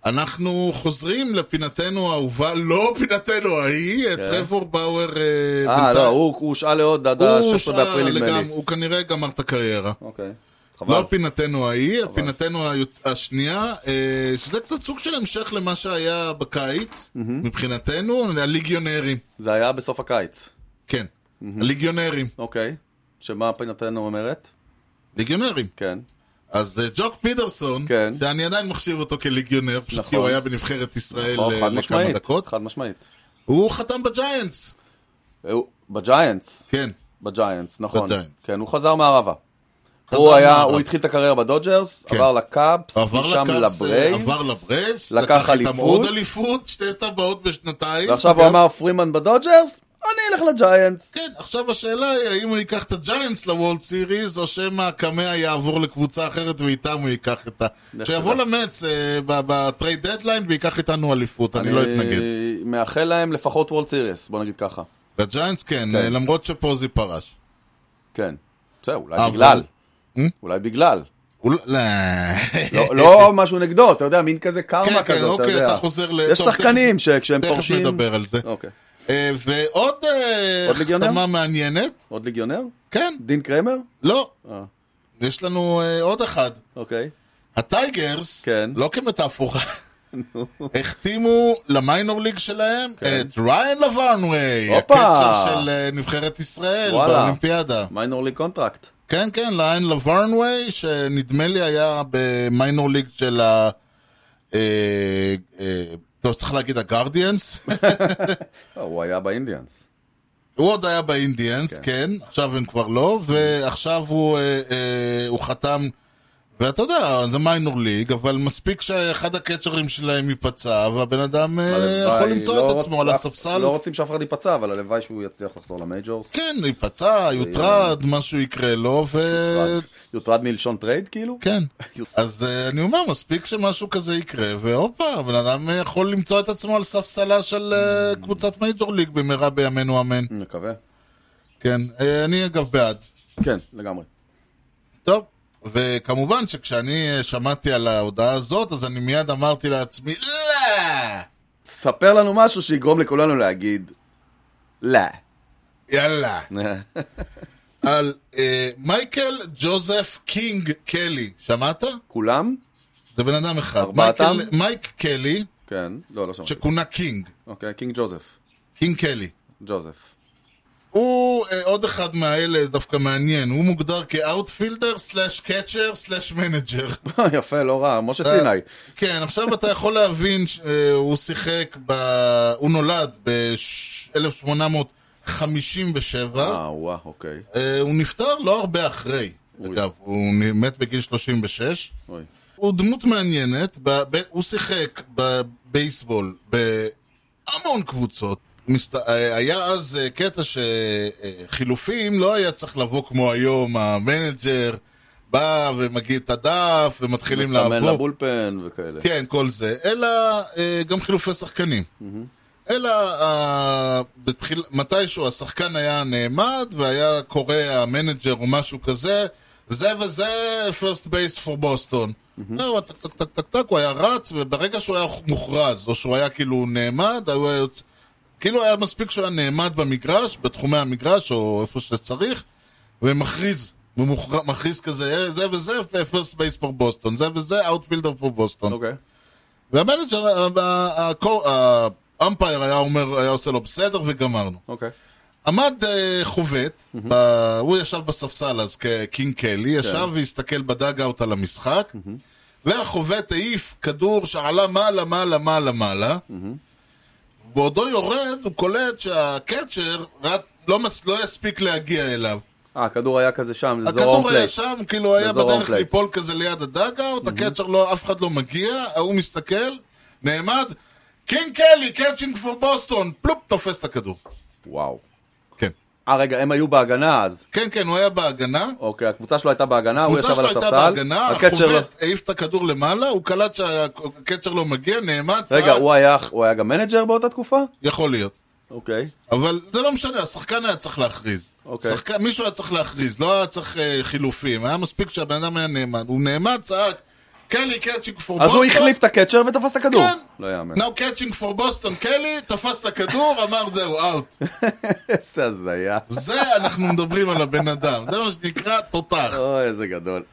אנחנו חוזרים לפינתנו האהובה, לא פינתנו ההיא, את
כן.
טרוור באואר אה,
אה לא, הוא הוא הושעה לעוד עד
הוא
ה-16
שאל
באפריל נדמה
לגמרי,
לי.
הוא כנראה גמר את הקריירה.
אוקיי, חבל.
לא פינתנו ההיא, פינתנו היות- השנייה, אה, שזה קצת סוג של המשך למה שהיה בקיץ, מבחינתנו, הליגיונרים.
זה היה בסוף הקיץ,
כן, הליגיונרים.
אוקיי. שמה פינתנו אומרת?
ליגיונרים.
כן.
אז אה, ג'וק פידרסון,
כן.
שאני עדיין מחשיב אותו כליגיונר, פשוט כי
נכון.
הוא היה בנבחרת ישראל
נכון,
אה,
חד
לכמה
משמעית,
דקות,
חד משמעית.
הוא חתם בג'יינטס.
הוא- בג'יינטס,
כן.
בג'יינטס, נכון.
בג'יינטס.
כן, הוא חזר מהערבה.
חזר
הוא היה,
מהערבה.
הוא התחיל את הקריירה בדודג'רס,
כן.
עבר לקאבס,
עבר
משם
לקאבס,
לברייבס,
עבר לברייבס,
לקח
לקח איתם
אליפות.
עוד אליפות, שתי טבעות בשנתיים.
ועכשיו הוא
גם-
אמר פרימן בדודג'רס, אני אלך לג'יינטס.
כן, עכשיו השאלה היא האם הוא ייקח את הג'יינטס לוולד סיריס, או שמא הקמע יעבור לקבוצה אחרת ואיתם הוא ייקח את ה...
לך
שיבוא
תדע.
למץ אה, ב- בטרייד דדליין וייקח איתנו אליפות, אני לא אתנגד.
אני אה, מאחל להם לפחות וולד סיריס, בוא נגיד ככה.
לג'יינטס כן,
כן.
אה, למרות שפוזי פרש.
כן. בסדר, אולי
אבל-
בגלל.
Hmm?
אולי בגלל.
הוא לא- לא.
לא- לא משהו נגדו, אתה יודע, מין כזה
אה, כן,
קרמה
כן,
כזאת, אתה
אוקיי,
יודע.
אתה חוזר ל...
יש
טוב,
שחקנים שכשהם
תכף- תכף
פורשים...
נדבר על זה.
אוקיי.
אה, ועוד אה,
עוד ליגיונר?
החתמה מעניינת,
עוד ליגיונר?
כן,
דין קרמר?
לא,
אה,
יש לנו אה, עוד אחד.
אוקיי.
הטייגרס,
כן.
לא כמטאפורה, החתימו למיינור ליג שלהם את ריין לבנווי,
כן. הופה.
הקצ'ר של אה, נבחרת ישראל
וואלה.
באולימפיאדה.
מיינור לי קונטרקט.
כן, כן, ריין לבנווי, שנדמה לי היה במיינור ליג של ה... אה, אה, טוב, צריך להגיד הגרדיאנס.
לא, הוא היה באינדיאנס.
אה, הוא עוד היה באינדיאנס, כן, עכשיו הם כבר לא, ועכשיו הוא, אה, אה, הוא חתם, ואתה יודע, זה מיינור ליג, אבל מספיק שאחד הקצ'רים שלהם ייפצע, והבן אדם אה,
הלוואי,
יכול למצוא
לא
את
רוצ-
עצמו על
לא-
הספסל.
לא רוצים שאף אחד ייפצע, אבל הלוואי שהוא יצליח לחזור למייג'ורס.
כן, ייפצע, יוטרד, משהו יקרה לו, ו...
יוטרד מלשון טרייד כאילו?
כן. אז אה, אני אומר, מספיק שמשהו כזה יקרה, והופה, הבן אדם אה, יכול למצוא את עצמו על ספסלה של
Mm.
אה, קבוצת מייג'ור ליג במהרה בימינו אמן.
מקווה.
כן, אה, אני אגב בעד.
כן, לגמרי.
טוב, וכמובן שכשאני אה, שמעתי על ההודעה הזאת, אז אני מיד אמרתי לעצמי, לא!
ספר לנו משהו שיגרום לכולנו להגיד, לא.
יאללה. על אה, מייקל ג'וזף קינג קלי, שמעת?
כולם?
זה בן אדם אחד.
ארבעתם?
מייקל- מייק קלי,
כן. לא, לא שמעתי.
שכונה קינג,
אוקיי, קינג ג'וזף.
קינג קלי.
ג'וזף.
הוא אה, עוד אחד מהאלה, דווקא מעניין, הוא מוגדר כאוטפילדר, סלאש קצ'ר, סלאש מנג'ר.
יפה, לא רע. משה סיני.
כן, עכשיו אתה יכול להבין, ש- אה, הוא שיחק, ב... הוא נולד ב-1857,
אה, וואה, אוקיי.
הוא נפטר לא הרבה אחרי, אגב, הוא נ- מת בגיל 36.
אוי.
הוא דמות מעניינת, ב... ב... הוא שיחק בבייסבול בהמון קבוצות. מסת... אה, היה אז אה, קטע שחילופים לא היה צריך לבוא כמו היום, המנג'ר. בא ומגיע את הדף ומתחילים
מסמן
לעבור.
לבולפן וכאלה.
כן, כל זה. אלא אה, גם חילופי שחקנים. אלא אה, בתחיל... מתישהו השחקן היה נעמד והיה קורא המנג'ר או משהו כזה, זה וזה first base for בוסטון. זהו, טק טק טק טק טק, הוא היה רץ, וברגע שהוא היה מוכרז, או שהוא היה כאילו נעמד, הוא היה יוצא... כאילו היה מספיק שהוא היה נעמד במגרש, בתחומי המגרש, או איפה שצריך, ומכריז, ומוכר- מכריז כזה, "אה, זה וזה first base for בוסטון, זה וזה outfielder for בוסטון.
אוקיי.
והמנג'ר, ה- ה- הקו- האמפייר היה אומר, היה עושה לו בסדר וגמרנו.
אוקיי.
עמד אה, חובט, ב- הוא ישב בספסל אז כקינג קלי, ישב והסתכל בדאגאוט על המשחק, והחובט העיף כדור שעלה מעלה, מעלה, מעלה, מעלה. בעודו יורד, הוא קולט שהקצ'ר רק- לא מס- לא יספיק להגיע אליו.
אה, הכדור היה כזה שם, זה זור
הכדור היה
אונפלייט.
שם, כאילו היה
באזור
בדרך
האונפלייט.
ליפול כזה ליד הדאגאוט, הקצ'ר לא, אף אחד לא מגיע, ההוא מסתכל, נעמד, קינג קלי, קאצ'ינג פור בוסטון, פלופ, תופס את הכדור.
וואו.
כן.
אה, רגע, הם היו בהגנה אז.
כן, כן, הוא היה בהגנה.
אוקיי, הקבוצה שלו הייתה בהגנה, הוא
הקבוצה
ישב על
שלו הייתה
הספסל.
בהגנה,
הקצ'ר לא...
החובט העיף את הכדור למעלה, הוא קלט שהקצ'ר לא מגיע, נעמד,
רגע,
צעק,
הוא היה- הוא היה גם מנג'ר באותה תקופה?
יכול להיות.
אוקיי.
אבל זה לא משנה, השחקן היה צריך להכריז.
אוקיי.
שחקן, מישהו היה צריך להכריז, לא היה צריך אה, חילופים. היה מספיק שהבן אדם היה נאמן. הוא נאמן, צעק, קלי קאצ'ינג פור
אז
בוסטון.
הוא החליף את הקצ'ר ותפס את הכדור.
כן.
לא יאמן.
Now catching for בוסטון קלי, תפס את הכדור, אמר זהו, אאוט.
איזה הזיה.
זה אנחנו מדברים על הבן אדם, זה מה שנקרא תותח.
אוי, איזה גדול.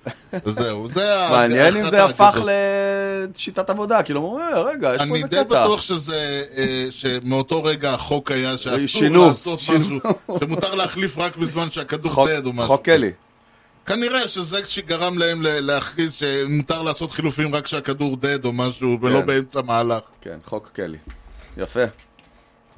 זהו, זה ה-
מעניין אם
אחת
זה הפך
האגדות.
לשיטת עבודה, כאילו, אומרים, "אה, רגע, יש פה
אני
איזה
די
קטע.
בטוח שזה, אה, שמאותו רגע החוק היה שאסור
שינו,
לעשות משהו, שמותר להחליף רק בזמן שהכדור
חוק-
דד או משהו.
חוק קלי.
כנראה שזה שגרם להם ל- להכריז שמותר לעשות חילופים רק כשהכדור דד או משהו, ולא
כן.
באמצע מהלך.
כן, חוק קלי. יפה.
יפה.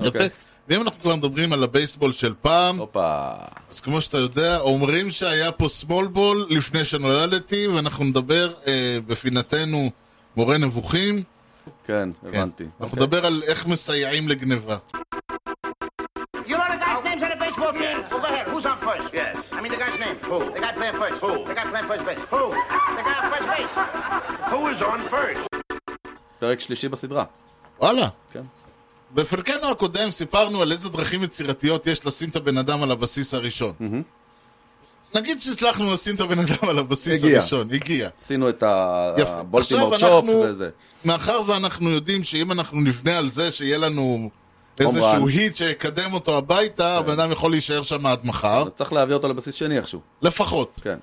אוקיי.
ואם אנחנו כבר מדברים על הבייסבול של פעם,
הופה.
אז כמו שאתה יודע, אומרים שהיה פה סמול בול לפני שנולדתי, ואנחנו נדבר אה, בפינתנו מורה נבוכים.
כן,
כן.
הבנתי.
אנחנו
אוקיי.
נדבר על איך מסייעים לגניבה.
You know the guy's names on the baseball team? Well, go ahead. Who's on first? Yes. I mean the guy's name. Who? The guy playing first. Who? The guy playing first base. Who? The guy on first base.
Who is on first?
פרק שלישי בסדרה.
וואלה.
כן.
בפרקנו הקודם סיפרנו על איזה דרכים יצירתיות יש לשים את הבן אדם על הבסיס הראשון. נגיד שהצלחנו לשים את הבן אדם על הבסיס
הגיע.
הראשון, הגיע.
עשינו את ה-
יפה.
הבולטימור
עכשיו
צ'ופ
אנחנו-
וזה.
מאחר ואנחנו יודעים שאם אנחנו נבנה על זה שיהיה לנו
הומרן.
איזשהו היט שיקדם אותו הביתה,
כן.
הבן אדם יכול להישאר שם עד מחר,
אז צריך להעביר אותו לבסיס שני איכשהו.
לפחות.
כן.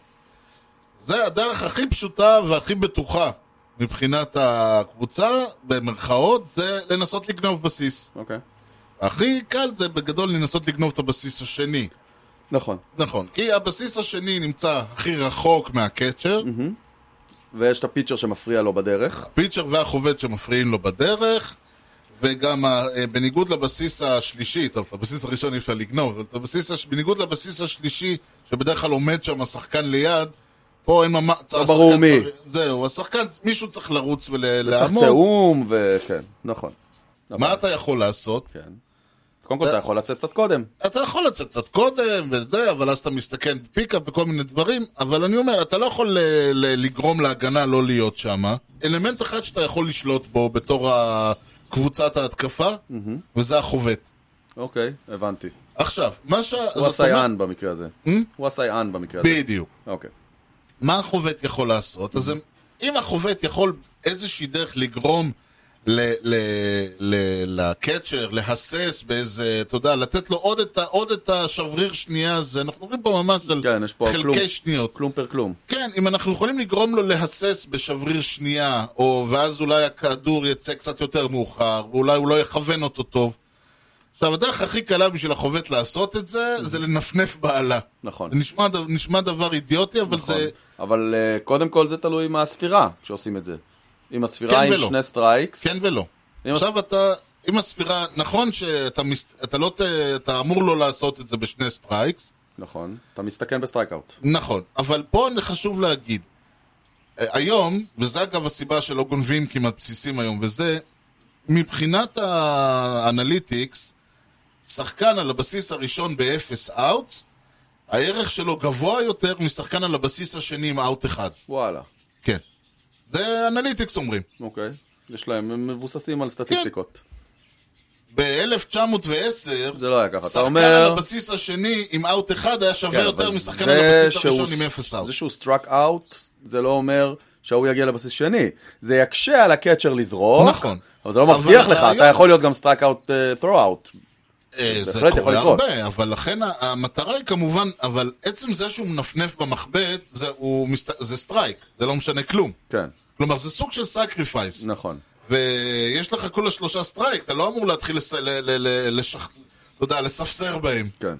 זה הדרך הכי פשוטה והכי בטוחה מבחינת הקבוצה, במרכאות, זה לנסות לגנוב בסיס.
אוקיי.
הכי קל זה בגדול לנסות לגנוב את הבסיס השני.
נכון.
נכון, כי הבסיס השני נמצא הכי רחוק מהקצ'ר,
ויש את הפיצ'ר שמפריע לו בדרך.
פיצ'ר והחובט שמפריעים לו בדרך, וגם ה- אה, בניגוד לבסיס השלישי, טוב, את הבסיס הראשון אי אפשר לגנוב, אבל את הבסיס, הש- בניגוד לבסיס השלישי, שבדרך כלל עומד שם השחקן ליד, פה אין ממש...
לא ברור
השחקן
מי.
צריך- זהו, השחקן, מישהו צריך לרוץ
צריך
ולעמוד,
תיאום וכן. נכון.
מה אתה יכול לעשות?
כן. קודם
אה.
כל אתה יכול לצאת קצת קודם.
אתה יכול לצאת קצת קודם וזה, אבל אז אתה מסתכן בפיקאפ וכל מיני דברים, אבל אני אומר, אתה לא יכול ל- ל- לגרום להגנה לא להיות שמה. אלמנט אחד שאתה יכול לשלוט בו בתור ה- קבוצת ההתקפה, וזה החובט.
אוקיי, הבנתי.
עכשיו, מה ש...
הוא הסייען במקרה הזה. הוא הסייען במקרה הזה.
אה? בדיוק.
אוקיי.
מה החובט יכול לעשות? אז הם- אם החובט יכול איזושהי דרך לגרום ל- ל- ל- לקצ'ר, להסס באיזה, אתה יודע, לתת לו עוד את ה- עוד את השבריר שנייה הזה, אנחנו מדברים פה ממש על
כן, יש פה כלום.
חלקי שניות.
כלום פר כלום.
כן, אם אנחנו יכולים לגרום לו להסס בשבריר שנייה, או ואז אולי הכדור יצא קצת יותר מאוחר, ואולי הוא לא יכוון אותו טוב. עכשיו, הדרך הכי קלה בשביל החובט לעשות את זה, זה לנפנף בעלה.
Mm-hmm. נכון.
זה נשמע, דב- נשמע דבר אידיוטי, אבל
נכון.
זה...
אבל אה, קודם כל זה תלוי מה הספירה כשעושים את זה. אם
כן
הספירה עם
ולא.
שני סטרייקס,
כן ולא.
אם-
עכשיו אתה, אם הספירה, נכון שאתה מס, אתה לא, ת- אתה אמור לא לעשות את זה בשני סטרייקס,
נכון, אתה מסתכן בסטרייקאוט.
נכון, אבל פה חשוב להגיד, אה, היום, וזה אגב הסיבה שלא גונבים כמעט בסיסים היום, וזה, מבחינת האנליטיקס, שחקן על הבסיס הראשון באפס אאוטס, הערך שלו גבוה יותר משחקן על הבסיס השני עם אאוט אחד.
וואלה,
כן. זה אנליטיקס אומרים.
אוקיי. יש להם, הם מבוססים על
כן.
סטטיסטיקות.
ב-1910,
זה לא היה ככה. אתה
שחקן
אומר-
על הבסיס השני עם אאוט אחד היה שווה
כן,
יותר
אבל
משחקן
זה
על הבסיס
שהוא-
הראשון עם אפס אאוט.
זה שהוא סטראק אאוט, זה לא אומר שההוא יגיע לבסיס שני. זה יקשה על הקאצ'ר לזרוק.
נכון.
אבל זה לא
אבל
מבטיח לך,
הרעיון-
אתה יכול להיות גם סטראק אאוט, ת'רו אאוט.
אה, זה
בהחלט יכול
קורה
לקרות.
הרבה, אבל לכן ה- המטרה היא כמובן, אבל עצם זה שהוא מנפנף במחבט, זה, הוא מסת... זה סטרייק, זה לא משנה כלום.
כן,
כלומר, זה סוג של סקריפייס.
נכון.
ויש לך כולה שלושה סטרייק, אתה לא אמור להתחיל לס... ל... ל... ל... לשח... אתה יודע, לספסר בהם.
כן.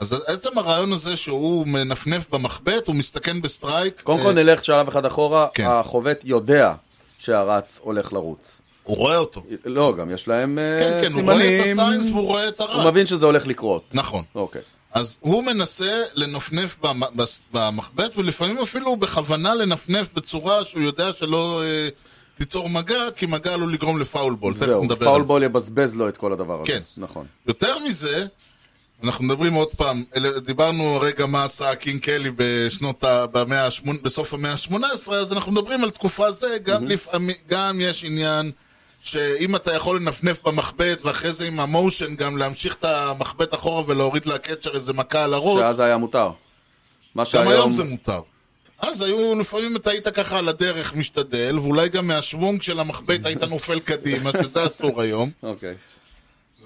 אז עצם הרעיון הזה שהוא מנפנף במחבט, הוא מסתכן בסטרייק.
קודם
אה,
כל נלך שלב אחד אחורה,
כן.
החובט יודע שהרץ הולך לרוץ.
הוא רואה אותו.
לא, גם יש להם אה,
כן, כן, הוא
סימנים.
רואה את הסיינס והוא רואה את הרץ.
הוא מבין שזה הולך לקרות.
נכון.
אוקיי.
אז הוא מנסה לנפנף במ- בס- במחבט, ולפעמים אפילו בכוונה לנפנף בצורה שהוא יודע שלא אה, תיצור מגע, כי מגע עלול לגרום לפאול בול. תכף
זהו,
נדבר
פאול
על זה.
בול יבזבז לו את כל הדבר הזה.
כן.
נכון.
יותר מזה, אנחנו מדברים עוד פעם, אלה- דיברנו הרגע מה עשה קינג קלי בשנות ה... במאה השמונ... בסוף המאה ה-18, אז אנחנו מדברים על תקופה זה, גם, mm-hmm. לפעמים, גם יש עניין שאם אתה יכול לנפנף במחבט, ואחרי זה עם המושן גם להמשיך את המחבט אחורה ולהוריד לקצ'ר איזה מכה על הראש,
שאז היה מותר. מה
גם
שהיום...
היום זה מותר. אז היו, לפעמים אתה היית ככה על הדרך משתדל, ואולי גם מהשוונג של המחבט היית נופל קדימה, שזה אסור היום.
אוקיי.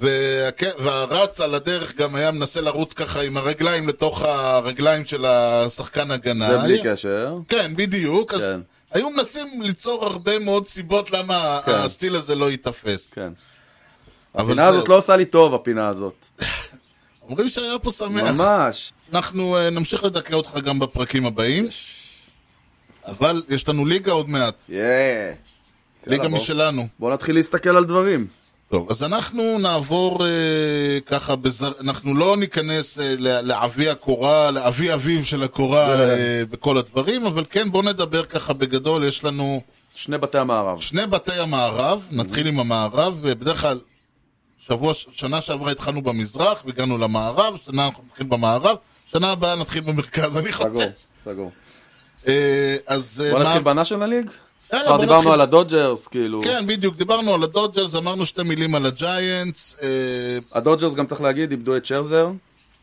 והק- והרץ על הדרך גם היה מנסה לרוץ ככה עם הרגליים לתוך הרגליים של השחקן הגנה.
זה בלי
היה-
קשר.
כן, בדיוק. אז
כן.
היו מנסים ליצור הרבה מאוד סיבות למה
כן.
הסטיל הזה לא ייתפס.
כן.
אבל
הפינה הזאת
זהו.
לא עושה לי טוב, הפינה הזאת.
אומרים שהיה פה שמח.
ממש.
אנחנו אה, נמשיך לדכא אותך גם בפרקים הבאים, אבל יש לנו ליגה עוד מעט.
יאה. יאללה,
ליגה
בוא.
משלנו.
בוא נתחיל להסתכל על דברים.
טוב, אז אנחנו נעבור אה, ככה, בזר... אנחנו לא ניכנס אה, ל- לאבי הקורה, לאבי אביו של הקורה
כן.
אה, בכל הדברים, אבל כן בואו נדבר ככה בגדול, יש לנו
שני בתי המערב.
שני בתי המערב, נתחיל עם המערב, ובדרך כלל שבוע, ש- שנה שעברה התחלנו במזרח והגענו למערב, שנה אנחנו נתחיל במערב, שנה הבאה נתחיל במרכז, אני
סגור,
חושב.
סגור.
אה, אז... אה,
בוא
מה-
נתחיל בנאשונל ליג?
יאללה,
כבר
בוא
דיברנו
נתחיל.
על הדודג'רס, כאילו.
כן, בדיוק, דיברנו על הדודג'רס, אמרנו שתי מילים על הג'יינטס, אה,
הדודג'רס, גם צריך להגיד, איבדו את שרזר.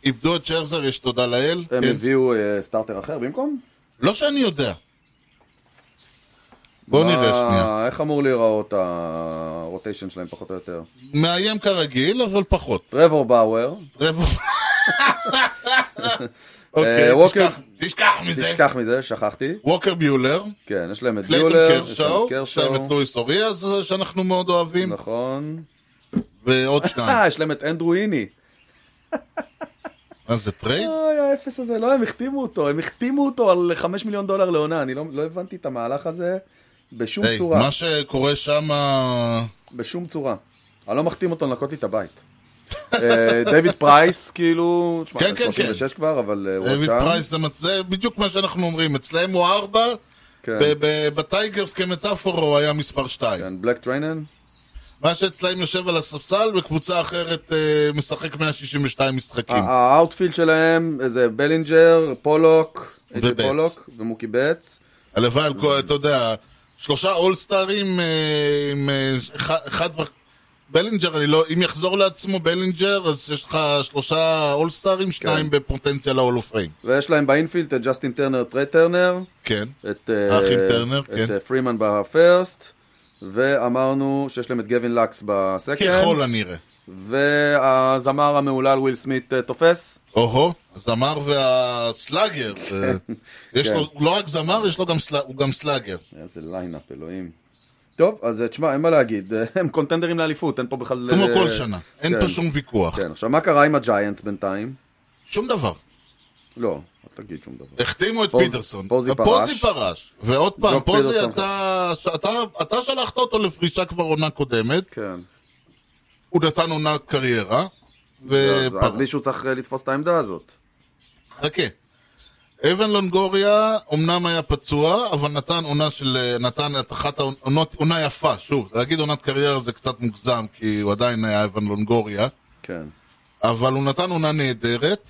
איבדו את שרזר, יש תודה לאל.
הם
כן.
הביאו אה, סטארטר אחר במקום.
לא שאני יודע. בואו
מה-
נראה שנייה.
אה, איך אמור להיראות הרוטיישן שלהם, פחות או יותר?
מאיים כרגיל, אבל פחות.
טרוור באואר.
רבע... אוקיי,
אה, ווקר-
תשכח- תשכח מזה.
תשכח מזה, שכחתי.
ווקר ביולר,
כן, יש להם את
קלייטון
ביולר. יש להם
קרשאו,
את
יש להם את לואיס אוריאז שאנחנו מאוד אוהבים,
נכון.
ועוד
אה,
שניים.
יש להם את אנדרו איני.
מה זה טרייד?
אוי, האפס הזה, לא, הם החתימו אותו, הם החתימו אותו על 5 מיליון דולר לעונה, אני לא לא הבנתי את המהלך הזה בשום
היי,
צורה,
מה שקורה שם... אה,
בשום צורה. אני לא מחתים אותו לנקות לי את הבית. אה, דיוויד פרייס, כאילו, תשמע,
כן,
הוא
כן, כן.
36 כבר, אבל אה, הוא עוד
דוד
שם.
פרייס זה מצ- זה בדיוק מה שאנחנו אומרים, אצלם הוא ארבע,
כן,
ב- ב- בטייגרס כמטאפורה הוא היה מספר שתיים.
כן, בלק טריינן.
מה שאצלהם יושב על הספסל, וקבוצה אחרת אה, משחק 162 משחקים.
אה, האאוטפילד שלהם אה, זה בלינג'ר, פולוק, איזה
ובטס.
פולוק ומוקי בץ.
הלוואי על כל, אתה יודע, שלושה אולסטארים אה, עם אה, אחד- אחד... וח- בלינג'ר, אני לא, אם יחזור לעצמו בלינג'ר, אז יש לך שלושה אולסטארים,
כן.
שניים בפוטנציאל האולופיים.
ויש להם באינפילד את ג'סטין טרנר, טרי טרנר.
כן.
את אה,
האחים טרנר,
את
כן.
אה, פרימן בפרסט, ואמרנו שיש להם את גווין לקס
ככל
בסקנד,
הנראה.
והזמר המהולל וויל סמית אה, תופס,
או-הו, הזמר והסלאגר.
כן.
אה, יש לו, הוא לא רק זמר, יש לו גם סל- הוא גם סלאגר.
איזה ליינאפ אלוהים. טוב, אז אה, תשמע, אין מה להגיד, אה, הם קונטנדרים לאליפות, אין פה בכלל...
כמו
אה,
כל שנה. אין
כן,
פה שום ויכוח.
כן, עכשיו מה קרה עם הג'יינטס בינתיים?
שום דבר.
לא, אל תגיד שום דבר.
החתימו את
פוז-
פיטרסון.
פוזי
ופוזי
פרש.
פרש. ועוד פעם,
ג'וק
פוזי
פיטרסון.
אתה, אתה, אתה שלחת אותו לפרישה כבר עונה קודמת,
כן,
הוא נתן עונת קריירה,
לא, אז-
ופרש.
אז מישהו צריך אה, לתפוס את העמדה הזאת.
חכה. אבן לונגוריה אמנם היה פצוע, אבל נתן עונה של... נתן את אחת העונות... עונה יפה, שוב, להגיד עונת קריירה זה קצת מוגזם, כי הוא עדיין היה אבן לונגוריה,
כן.
אבל הוא נתן עונה נהדרת.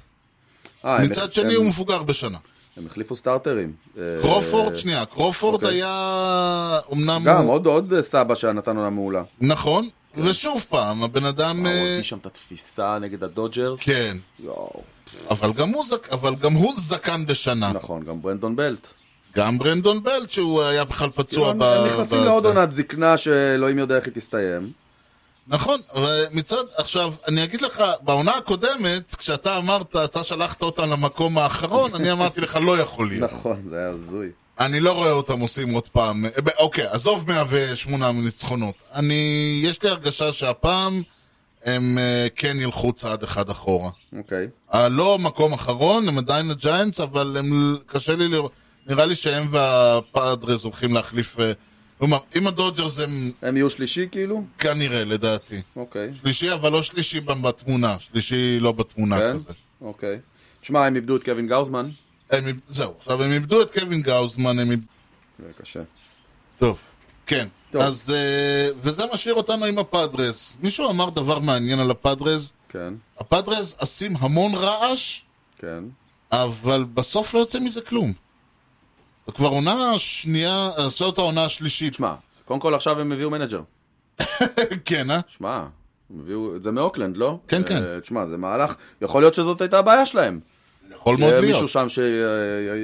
אה, הם-
מצד שני
הם-
הוא מבוגר בשנה.
הם החליפו סטארטרים. אה,
קרופורד, שנייה, קרופורד
אוקיי.
היה אמנם...
גם,
הוא-
עוד- עוד סבא שנתן עונה מעולה.
נכון,
כן.
ושוב פעם, הבן אדם...
אה, הוא
אה,
הביא שם את התפיסה נגד הדודג'רס.
כן,
יואו.
אבל גם הוא זק- אבל גם הוא זקן בשנה.
נכון, גם ברנדון בלט.
גם ברנדון בלט, שהוא היה בכלל פצוע
הם
ב...
הם נכנסים
בזה.
לעוד עונת זקנה שאלוהים יודע איך היא תסתיים.
נכון, מצד, עכשיו, אני אגיד לך, בעונה הקודמת, כשאתה אמרת, אתה שלחת אותה למקום האחרון, אני אמרתי לך, לא יכול להיות.
נכון, זה היה הזוי.
אני לא רואה אותם עושים עוד פעם. אה, ב- אוקיי, עזוב 108 ניצחונות. אני, יש לי הרגשה שהפעם הם אה, כן ילכו צעד אחד אחורה.
אוקיי.
אה, לא מקום אחרון, הם עדיין הג'יינטס, אבל הם, קשה לי לראות. נראה לי שהם והפאדרס הולכים להחליף... אה, כלומר, אם הדודג'רס הם
הם יהיו שלישי כאילו?
כנראה, לדעתי.
אוקיי.
שלישי, אבל לא שלישי בתמונה. שלישי לא בתמונה
כן?
כזה.
אוקיי. תשמע, הם איבדו את קווין גאוזמן.
הם, איב- זהו, עכשיו הם איבדו את קווין גאוזמן, הם איבדו...
זה קשה.
טוב, כן. טוב.
טוב.
אז, אה, וזה משאיר אותנו עם הפאדרס. מישהו אמר דבר מעניין על הפאדרס.
כן,
הפאדרס עשים המון רעש,
כן.
אבל בסוף לא יוצא מזה כלום. זה כבר עונה שנייה, אה, זאת העונה השלישית.
תשמע, קודם כל עכשיו הם הביאו מנג'ר.
כן, אה?
שמע, הם הביאו את זה מאוקלנד, לא?
כן, כן.
אה, תשמע, זה מהלך, יכול להיות שזאת הייתה הבעיה שלהם.
יכול מאוד
יהיה אה, מישהו
להיות.
שם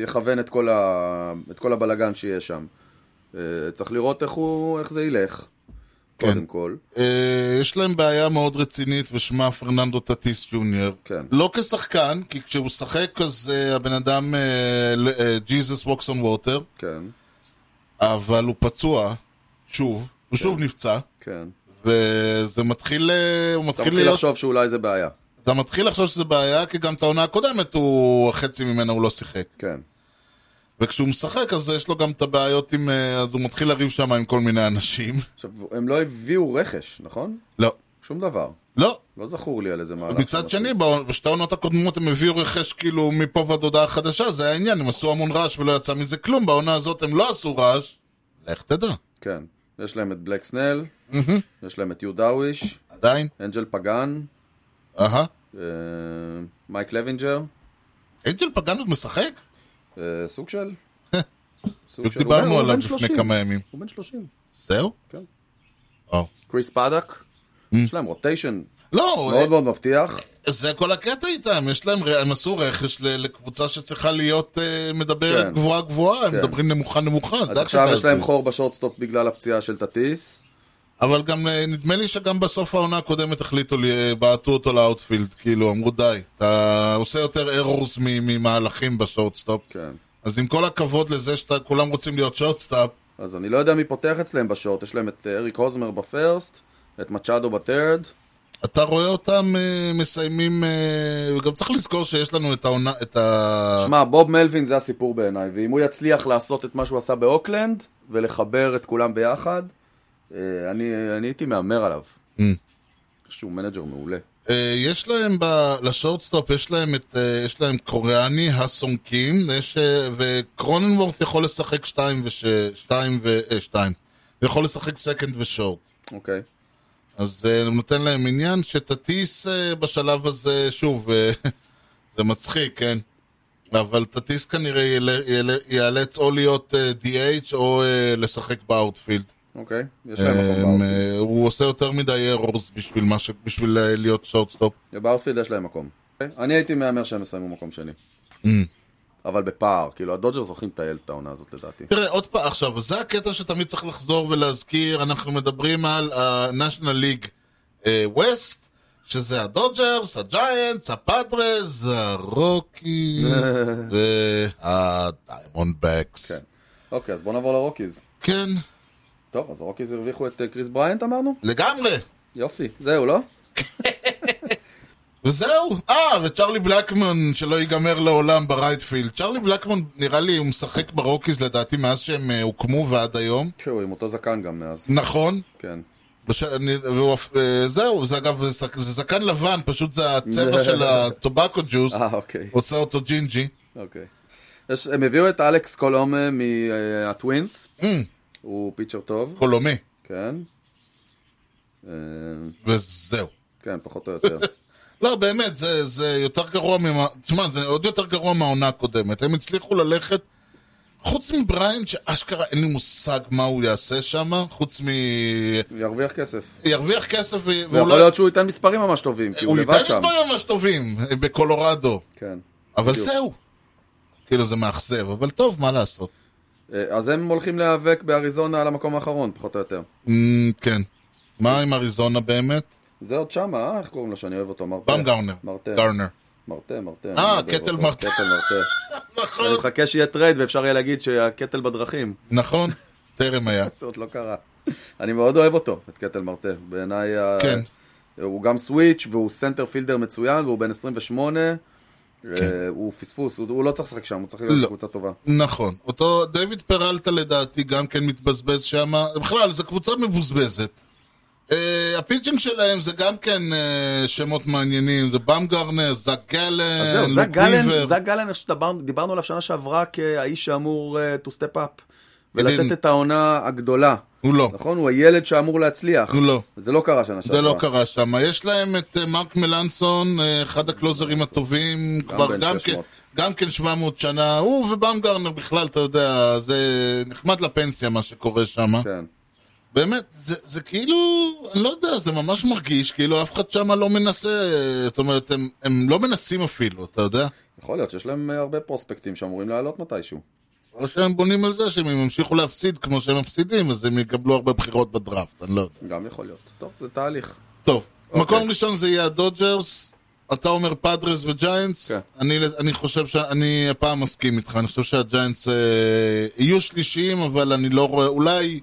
שיכוון את כל, ה... את כל הבלגן שיש שם. אה, צריך לראות איך, הוא... איך זה ילך,
כן.
קודם כל.
אה, יש להם בעיה מאוד רצינית ושמה פרננדו טטיס ג'וניור.
כן.
לא כשחקן, כי כשהוא שחק אז אה, הבן אדם אה, ג'יזוס ווקס און ווטר,
כן,
אבל הוא פצוע, שוב, הוא שוב נפצע.
כן.
וזה מתחיל, אה, הוא
אתה
מתחיל
מתחיל
להיות,
לחשוב שאולי זה בעיה.
אתה מתחיל לחשוב שזה בעיה, כי גם את העונה הקודמת, הוא, חצי ממנה הוא לא שיחק.
כן.
וכשהוא משחק, אז יש לו גם את הבעיות עם, אה, אז הוא מתחיל לריב שם עם כל מיני אנשים.
עכשיו, הם לא הביאו רכש, נכון?
לא,
שום דבר.
לא.
לא זכור לי על איזה מהלך. שהם
מצד
עשו.
שני, בעונ- בשתי העונות הקודמות הם הביאו רכש כאילו מפה ועד הודעה חדשה, זה היה העניין, הם עשו המון רעש ולא יצא מזה כלום, בעונה הזאת הם לא עשו רעש, לך תדע,
כן. יש להם את בלק סנל, יש להם את יו דאוויש,
עדיין,
אנג'ל פגן,
אהה.
אה, מייק לוינג'ר,
אינג'ל פגן עוד משחק?
אה, סוג של... סוג של- הוא
דיברנו
בן-
עליו
הוא בן
לפני
30.
כמה ימים.
הוא בן 30,
זהו?
כן.
או.
קריס פדק, יש להם רוטיישן
לא, אה,
מאוד מאוד מבטיח.
זה כל הקטע איתם, יש להם, ר- הם עשו רכש ל- לקבוצה שצריכה להיות אה, מדברת
כן.
גבוהה גבוהה, הם
כן.
מדברים נמוכה נמוכה,
אז
זה
עכשיו
הקטע
יש להם
הזה.
חור בשורטסטופ בגלל הפציעה של טטיס.
אבל גם אה, נדמה לי שגם בסוף העונה הקודמת החליטו, לי- אה, בעטו אותו לאוטפילד, כאילו, אמרו די, אתה עושה יותר ארורס ממהלכים בשורטסטופ.
כן.
אז עם כל הכבוד לזה שאתה, כולם רוצים להיות שורטסטאפ,
אז אני לא יודע מי פותח אצלם בשורט, יש להם את אה, אריק הוזמר בפרסט, את מצ'אדו בטרד.
אתה רואה אותם אה, מסיימים, אה, וגם צריך לזכור שיש לנו את העונה, את ה...
שמע, בוב מלווין זה הסיפור בעיניי, ואם הוא יצליח לעשות את מה שהוא עשה באוקלנד, ולחבר את כולם ביחד, אה, אני, אני הייתי מהמר עליו.
Mm.
שהוא מנג'ר מעולה.
אה, יש להם, ב... לשורטסטופ יש להם את, אה, יש להם קוריאני, הסון קים, יש, אה, וקרוננוורט יכול לשחק שתיים וש... שתיים ו... אה, שתיים. הוא יכול לשחק סקנד ושורט.
אוקיי.
אז אה, הוא נותן להם עניין שתטיס אה, בשלב הזה, שוב, אה, זה מצחיק, כן? אבל תטיס כנראה יאל- יאל- ייאלץ או להיות אה, DH או אה, לשחק באאוטפילד.
אוקיי, יש להם מקום
אה,
באאוטפילד.
אה, הוא עושה יותר מדי ארורס בשביל, מה ש... בשביל אה, להיות שורטסטופ.
לבאוטפילד יש להם מקום. אוקיי? אני הייתי מהמר שהם יסיימו מקום שני.
Mm.
אבל בפער, כאילו הדודג'רס הולכים לטייל את העונה הזאת לדעתי.
תראה, עוד פעם, עכשיו, זה הקטע שתמיד צריך לחזור ולהזכיר, אנחנו מדברים על ה-National League אה, West, שזה הדודג'רס, הג'יינטס, הפאדרס, הרוקיס, והדיימונד
כן.
בקס.
אוקיי, אז בוא נעבור לרוקיז.
כן,
טוב, אז הרוקיז הרוויחו את אה, קריס בריינט אמרנו?
לגמרי.
יופי, זהו, לא?
וזהו, אה, וצ'רלי בלקמן שלא ייגמר לעולם ברייטפילד. צ'רלי בלקמן, נראה לי, הוא משחק ברוקיז לדעתי מאז שהם אה, הוקמו ועד היום.
שהוא כאילו, עם אותו זקן גם מאז,
נכון,
כן.
בש... אני... והוא... אף- אה, זהו, זה אגב, זה זק- זה זקן לבן, פשוט זה הצבע של הטובקו ג'וס,
אה, אוקיי.
עושה אותו ג'ינג'י.
אוקיי. יש, הם הביאו את אלכס קולומה מהטווינס,
Mm.
הוא פיצ'ר טוב,
קולומי,
כן. אה,
וזהו.
כן, פחות או יותר.
לא, באמת, זה, זה יותר גרוע ממה... תשמע, זה עוד יותר גרוע מהעונה הקודמת. הם הצליחו ללכת, חוץ מבריין, שאשכרה אין לי מושג מה הוא יעשה שם, חוץ מ...
ירוויח כסף.
ירוויח כסף ו...
ויכול להיות שהוא ייתן מספרים ממש טובים, כי הוא
לא- הוא
לבד
ייתן
שם.
מספרים ממש טובים אה, בקולורדו,
כן.
אבל
בדיוק.
זהו. כאילו זה מאכזב, אבל טוב, מה לעשות.
אה, אז הם הולכים להיאבק באריזונה על המקום האחרון, פחות או יותר.
אמ, כן. מה עם אריזונה באמת?
זה עוד שמה, אה? איך קוראים לו שאני אוהב אותו? מרטה.
פעם גאונר.
מרטה.
גאונר.
מרטה, מרטה. אני
אה,
אוהב
קטל
אותו.
מרטה.
קטל מרטה. אני
נכון.
מחכה שיהיה טרייד ואפשר יהיה להגיד שהקטל בדרכים.
נכון, טרם היה.
זה עוד לא קרה. אני מאוד אוהב אותו, את קטל מרטה. בעיניי... ה-
כן.
הוא גם סוויץ' והוא סנטר פילדר מצוין והוא בן 28. אה, הוא פספוס, הוא- הוא לא צריך לשחק שם, הוא צריך להיות
כן. לא.
בקבוצה טובה.
נכון. אותו דיוויד פרלטה לדעתי גם כן מתבזבז שם. בכלל, זו קבוצה מבוזבזת. אה, הפיצ'ינג שלהם זה גם כן אה, שמות מעניינים, זה באמגרנר, זאק
אז
גלן,
אה, זהו, זאק
לוק
גלן,
ריבר.
זאק גלן, איך שדיברנו דיברנו עליו שנה שעברה כהאיש שאמור אה, to step up. ולתת
בדיוק.
את העונה הגדולה.
הוא לא,
נכון? הוא הילד שאמור להצליח.
הוא לא.
זה לא קרה שנה שעברה.
זה לא קרה שם. יש להם את אה, מרק מלנסון, אה, אחד הקלוזרים הטובים, כבר
בן
גם
600.
כן- גם כן 700 שנה. הוא ובאמגרנר בכלל, אתה יודע, זה נחמד לפנסיה מה שקורה שם.
כן.
באמת, זה, זה כאילו, אני לא יודע, זה ממש מרגיש, כאילו אף אחד שם לא מנסה, זאת אומרת, הם, הם לא מנסים אפילו, אתה יודע?
יכול להיות שיש להם אה, הרבה פרוספקטים שאמורים לעלות מתישהו.
או שהם בונים על זה שאם הם ימשיכו להפסיד כמו שהם מפסידים, אז הם יקבלו הרבה בחירות בדראפט, אני לא יודע.
גם יכול להיות. טוב, זה תהליך.
טוב,
אוקיי.
מקום ראשון זה יהיה הדודג'רס, אתה אומר פאדרס וג'יינטס,
כן.
אני, אני חושב שאני הפעם מסכים איתך, אני חושב שהג'יינטס אה, יהיו שלישיים, אבל אני לא רואה, אולי,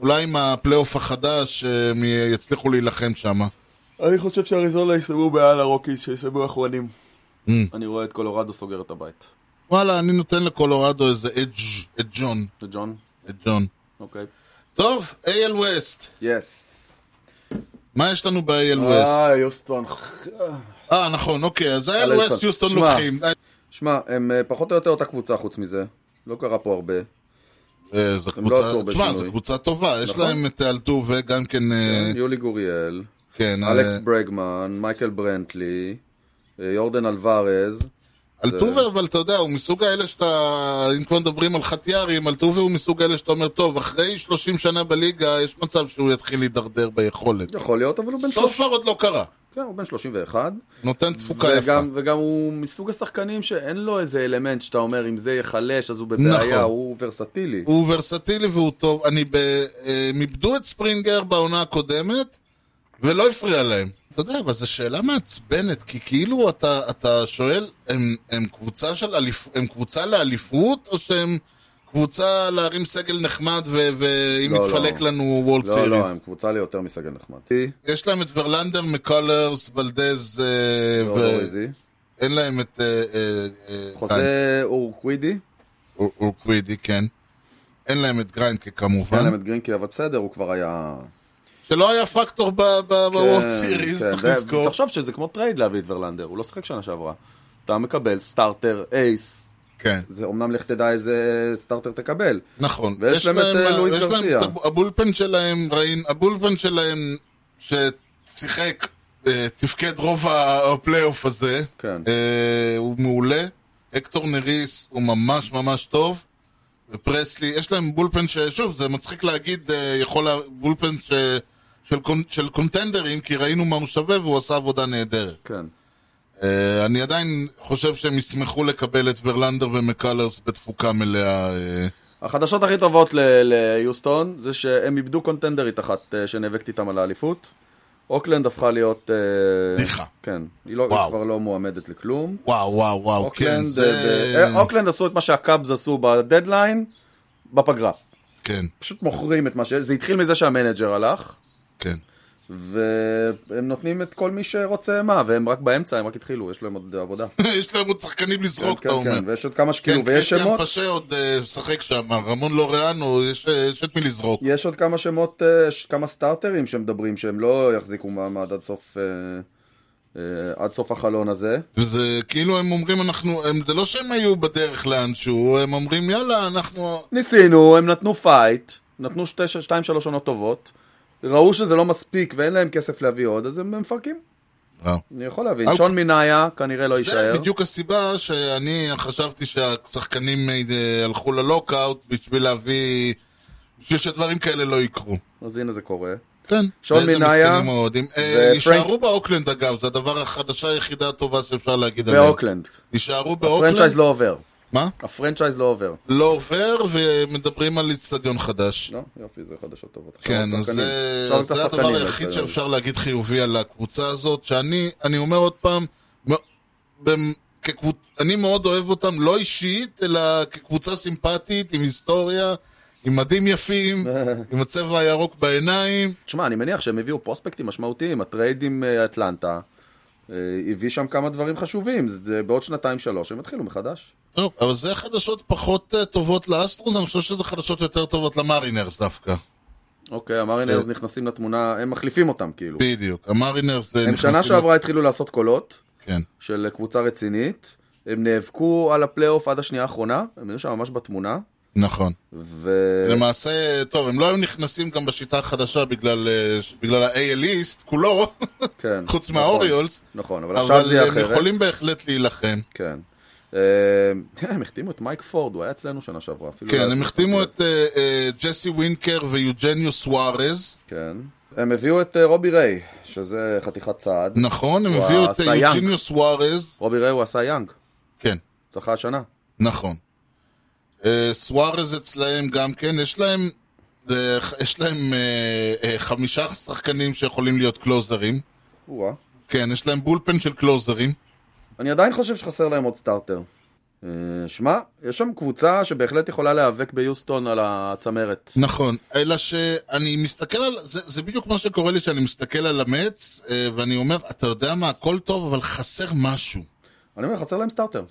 אולי עם הפלייאוף החדש אה, הם יצליחו להילחם שם.
אני חושב שאריזונה יסיימו מעל הרוקיס, שיסיימו אחרונים.
Mm.
אני רואה את קולורדו סוגר את הבית.
וואלה, אני נותן לקולורדו איזה אדג', אדג'ון,
וג'ון?
אדג'ון.
אוקיי.
טוב, AL West,
יס.
מה יש לנו ב-AL West?
אה, יוסטון.
אה, נכון, אוקיי, אז
על
ה-AL
היוסטון.
West יוסטון
שמע.
לוקחים.
שמע, הם אה, פחות או יותר אותה קבוצה חוץ מזה. לא קרה פה הרבה.
אה, זו
הם לא
קבוצה,
עשו הרבה
תשמע,
שינוי.
זו קבוצה טובה, יש
נכון.
להם את אלטו וגם כן, אה,
יולי גוריאל,
כן, אה,
אלכס ברגמן, מייקל ברנטלי, אה, יורדן אלוורז. אה,
אלטובה, אבל אתה יודע, הוא מסוג האלה שאתה, אם כבר מדברים על חטיארים, אלטובה הוא מסוג האלה שאתה אומר, טוב, אחרי 30 שנה בליגה, יש מצב שהוא יתחיל להידרדר ביכולת.
יכול להיות, אבל הוא בן,
סופר
שלוש...
עוד לא קרה,
כן, הוא בן 31.
נותן תפוקה יפה.
וגם, וגם הוא מסוג השחקנים שאין לו איזה אלמנט שאתה אומר, אם זה ייחלש אז הוא בבעיה,
נכון.
הוא ורסטילי.
הוא ורסטילי והוא טוב. אני ב... אה, הם איבדו את ספרינגר בעונה הקודמת, ולא הפריע להם. אתה יודע, אבל זו שאלה מעצבנת, כי כאילו אתה, אתה שואל, הם, הם, קבוצה של אליפ... הם קבוצה לאליפות, או שהם קבוצה להרים סגל נחמד, ו... ואם
לא,
יתפלק
לא.
לנו וולד
לא,
סיריס?
לא, הם קבוצה לי יותר מסגל נחמד.
יש להם את ורלנדר, מקולרס, ולדז, אה,
לא,
ו-
לא איזי.
אין להם את... אה, אה, אה, גריינד.
חוזה אורקווידי,
כן. אור- אורקווידי, כן. אין להם את גריינקה
היה להם
כמובן,
את גרינקי, אבל בסדר, הוא כבר היה...
שלא היה פקטור בוורלד לא, סיריס,
כן,
צריך
כן, ו-
לזכור.
תחשוב שזה כמו טרייד להביא את ורלנדר, הוא לא שיחק שנה שעברה. אתה מקבל סטארטר, אייס,
כן,
זה אמנם לך תדע איזה סטארטר תקבל.
נכון.
ויש
יש
להם את,
להם-
אה, לואיס
יש להם
גרסיה.
את הב- הבולפן שלהם, ראינו, הבולפן שלהם ששיחק, אה, תפקד רוב ה- הפלייאוף הזה,
כן.
אה, הוא מעולה. הקטור נריס הוא ממש ממש טוב. ופרסלי, יש להם בולפן ששוב, זה מצחיק להגיד, אה, יכול, לה- בולפן ש... של, קונ, של קונטנדרים, כי ראינו מה הוא שווה והוא עשה עבודה נהדרת.
כן.
אה, אני עדיין חושב שהם ישמחו לקבל את ורלנדר ומקלרס בתפוקה מלאה. אה,
החדשות הכי טובות ל- ליוסטון זה שהם איבדו קונטנדרית אחת אה, שנאבקת איתם על האליפות. אוקלנד הפכה להיות... אה,
בדיחה.
כן, היא לא-
וואו.
היא כבר לא מועמדת לכלום.
וואו, וואו, וואו,
אוקלנד,
כן, זה...
אה, אוקלנד עשו את מה שהקאבס עשו בדדליין, בפגרה.
כן,
פשוט מוכרים את מה ש... זה התחיל מזה שהמנג'ר הלך,
כן.
והם נותנים את כל מי שרוצה מה, והם רק באמצע, הם רק התחילו, יש להם עוד עבודה.
יש להם עוד שחקנים לזרוק, אתה
כן,
אומר.
כן, ויש עוד כמה שכאילו,
כן,
ויש
קריסטיאן
שמות,
פשה עוד אה, משחק שם, רמון לוריאנו, יש אה, יש את מי לזרוק.
יש עוד כמה שמות, אה, יש כמה סטארטרים שמדברים שהם לא יחזיקו מעמד עד סוף... אה, אה, עד סוף החלון הזה,
וזה כאילו הם אומרים, אנחנו, הם- זה לא שהם היו בדרך לאנשהו, הם אומרים, יאללה, אנחנו...
ניסינו, הם נתנו פייט, נתנו שתי, שתיים שלוש עונות טובות, ראו שזה לא מספיק ואין להם כסף להביא עוד, אז הם מפרקים.
רע.
אני יכול להבין.
אוקיי.
שון מניה כנראה לא
זה
יישאר.
בדיוק הסיבה שאני חשבתי שהשחקנים אה, הלכו ללוקאוט בשביל להביא... בשביל שדברים כאלה לא יקרו.
אז הנה זה קורה.
כן.
שון
ואיזה
מניה
מסכנים האוהדים. אה,
ופרנק-
יישארו באוקלנד אגב, זה הדבר החדשה היחידה הטובה שאפשר להגיד עליהם.
באוקלנד.
יישארו
הפרנצ'ייז
באוקלנד.
לא עובר.
מה?
הפרנצ'ייז לא עובר.
לא עובר, ומדברים על איצטדיון חדש.
לא, יופי, זה חדשות טובות. עכשיו
כן, אז
השחקנים.
זה,
עכשיו את
זה הדבר
השחקנים,
היחיד
אז- אה,
שאפשר להגיד חיובי על הקבוצה הזאת, שאני אני אומר עוד פעם, מ- במ- כקבוצ... אני מאוד אוהב אותם, לא אישית, אלא כקבוצה סימפטית, עם היסטוריה, עם מדים יפים, עם הצבע הירוק בעיניים.
תשמע, אני מניח שהם הביאו פרוספקטים משמעותיים, הטרייד עם אה, אטלנטה. אה, הביא שם כמה דברים חשובים, זה בעוד שנתיים שלוש הם יתחילו מחדש.
טוב, אבל זה חדשות פחות אה, טובות לאסטרוס, אני חושב שזה חדשות יותר טובות למרינרס דווקא.
אוקיי, המרינרס נכנסים לתמונה, הם מחליפים אותם כאילו.
בדיוק, המרינרס זה
הם שנה
נכנסים-
שעברה התחילו לעשות קולות
כן.
של קבוצה רצינית, הם נאבקו על הפלייאוף עד השנייה האחרונה, הם היו שם ממש בתמונה,
נכון.
ו...
למעשה, טוב, הם לא היו נכנסים גם בשיטה החדשה בגלל, אה, ש- בגלל ה-AL East כולו,
כן.
חוץ
נכון,
מהאוריולס,
נכון, אבל עכשיו
אבל אה,
זה יהיה
הם
אחרת.
יכולים בהחלט להילחם.
כן. אה, הם החתימו את מייק פורד, הוא היה אצלנו שנה שעברה. אפילו לא
כן,
היה
הם
שם
החתימו
לב.
את אה, אה, ג'סי וינקר ויוג'ניו סוארז,
כן. הם הביאו את אה, רובי ריי, שזה חתיכת צעד.
נכון, הם
הוא
הביאו את אה,
הסייאנג.
יוג'ניו סוארז,
רובי ריי הוא עשה יאנג,
כן,
צריכה השנה.
נכון. אה, סוארז אצלהם גם כן, יש להם... אה, ח- יש להם אה, אה, חמישה שחקנים שיכולים להיות קלוזרים.
אורה.
כן, יש להם בולפן של קלוזרים.
אני עדיין חושב שחסר להם עוד סטארטר. אה, שמע, יש שם קבוצה שבהחלט יכולה להיאבק ביוסטון על הצמרת.
נכון, אלא שאני מסתכל על... זה, זה בדיוק מה שקורה לי שאני מסתכל על המץ, אה, ואני אומר, אתה יודע מה, הכל טוב, אבל חסר משהו.
אני אומר, חסר להם סטארטר.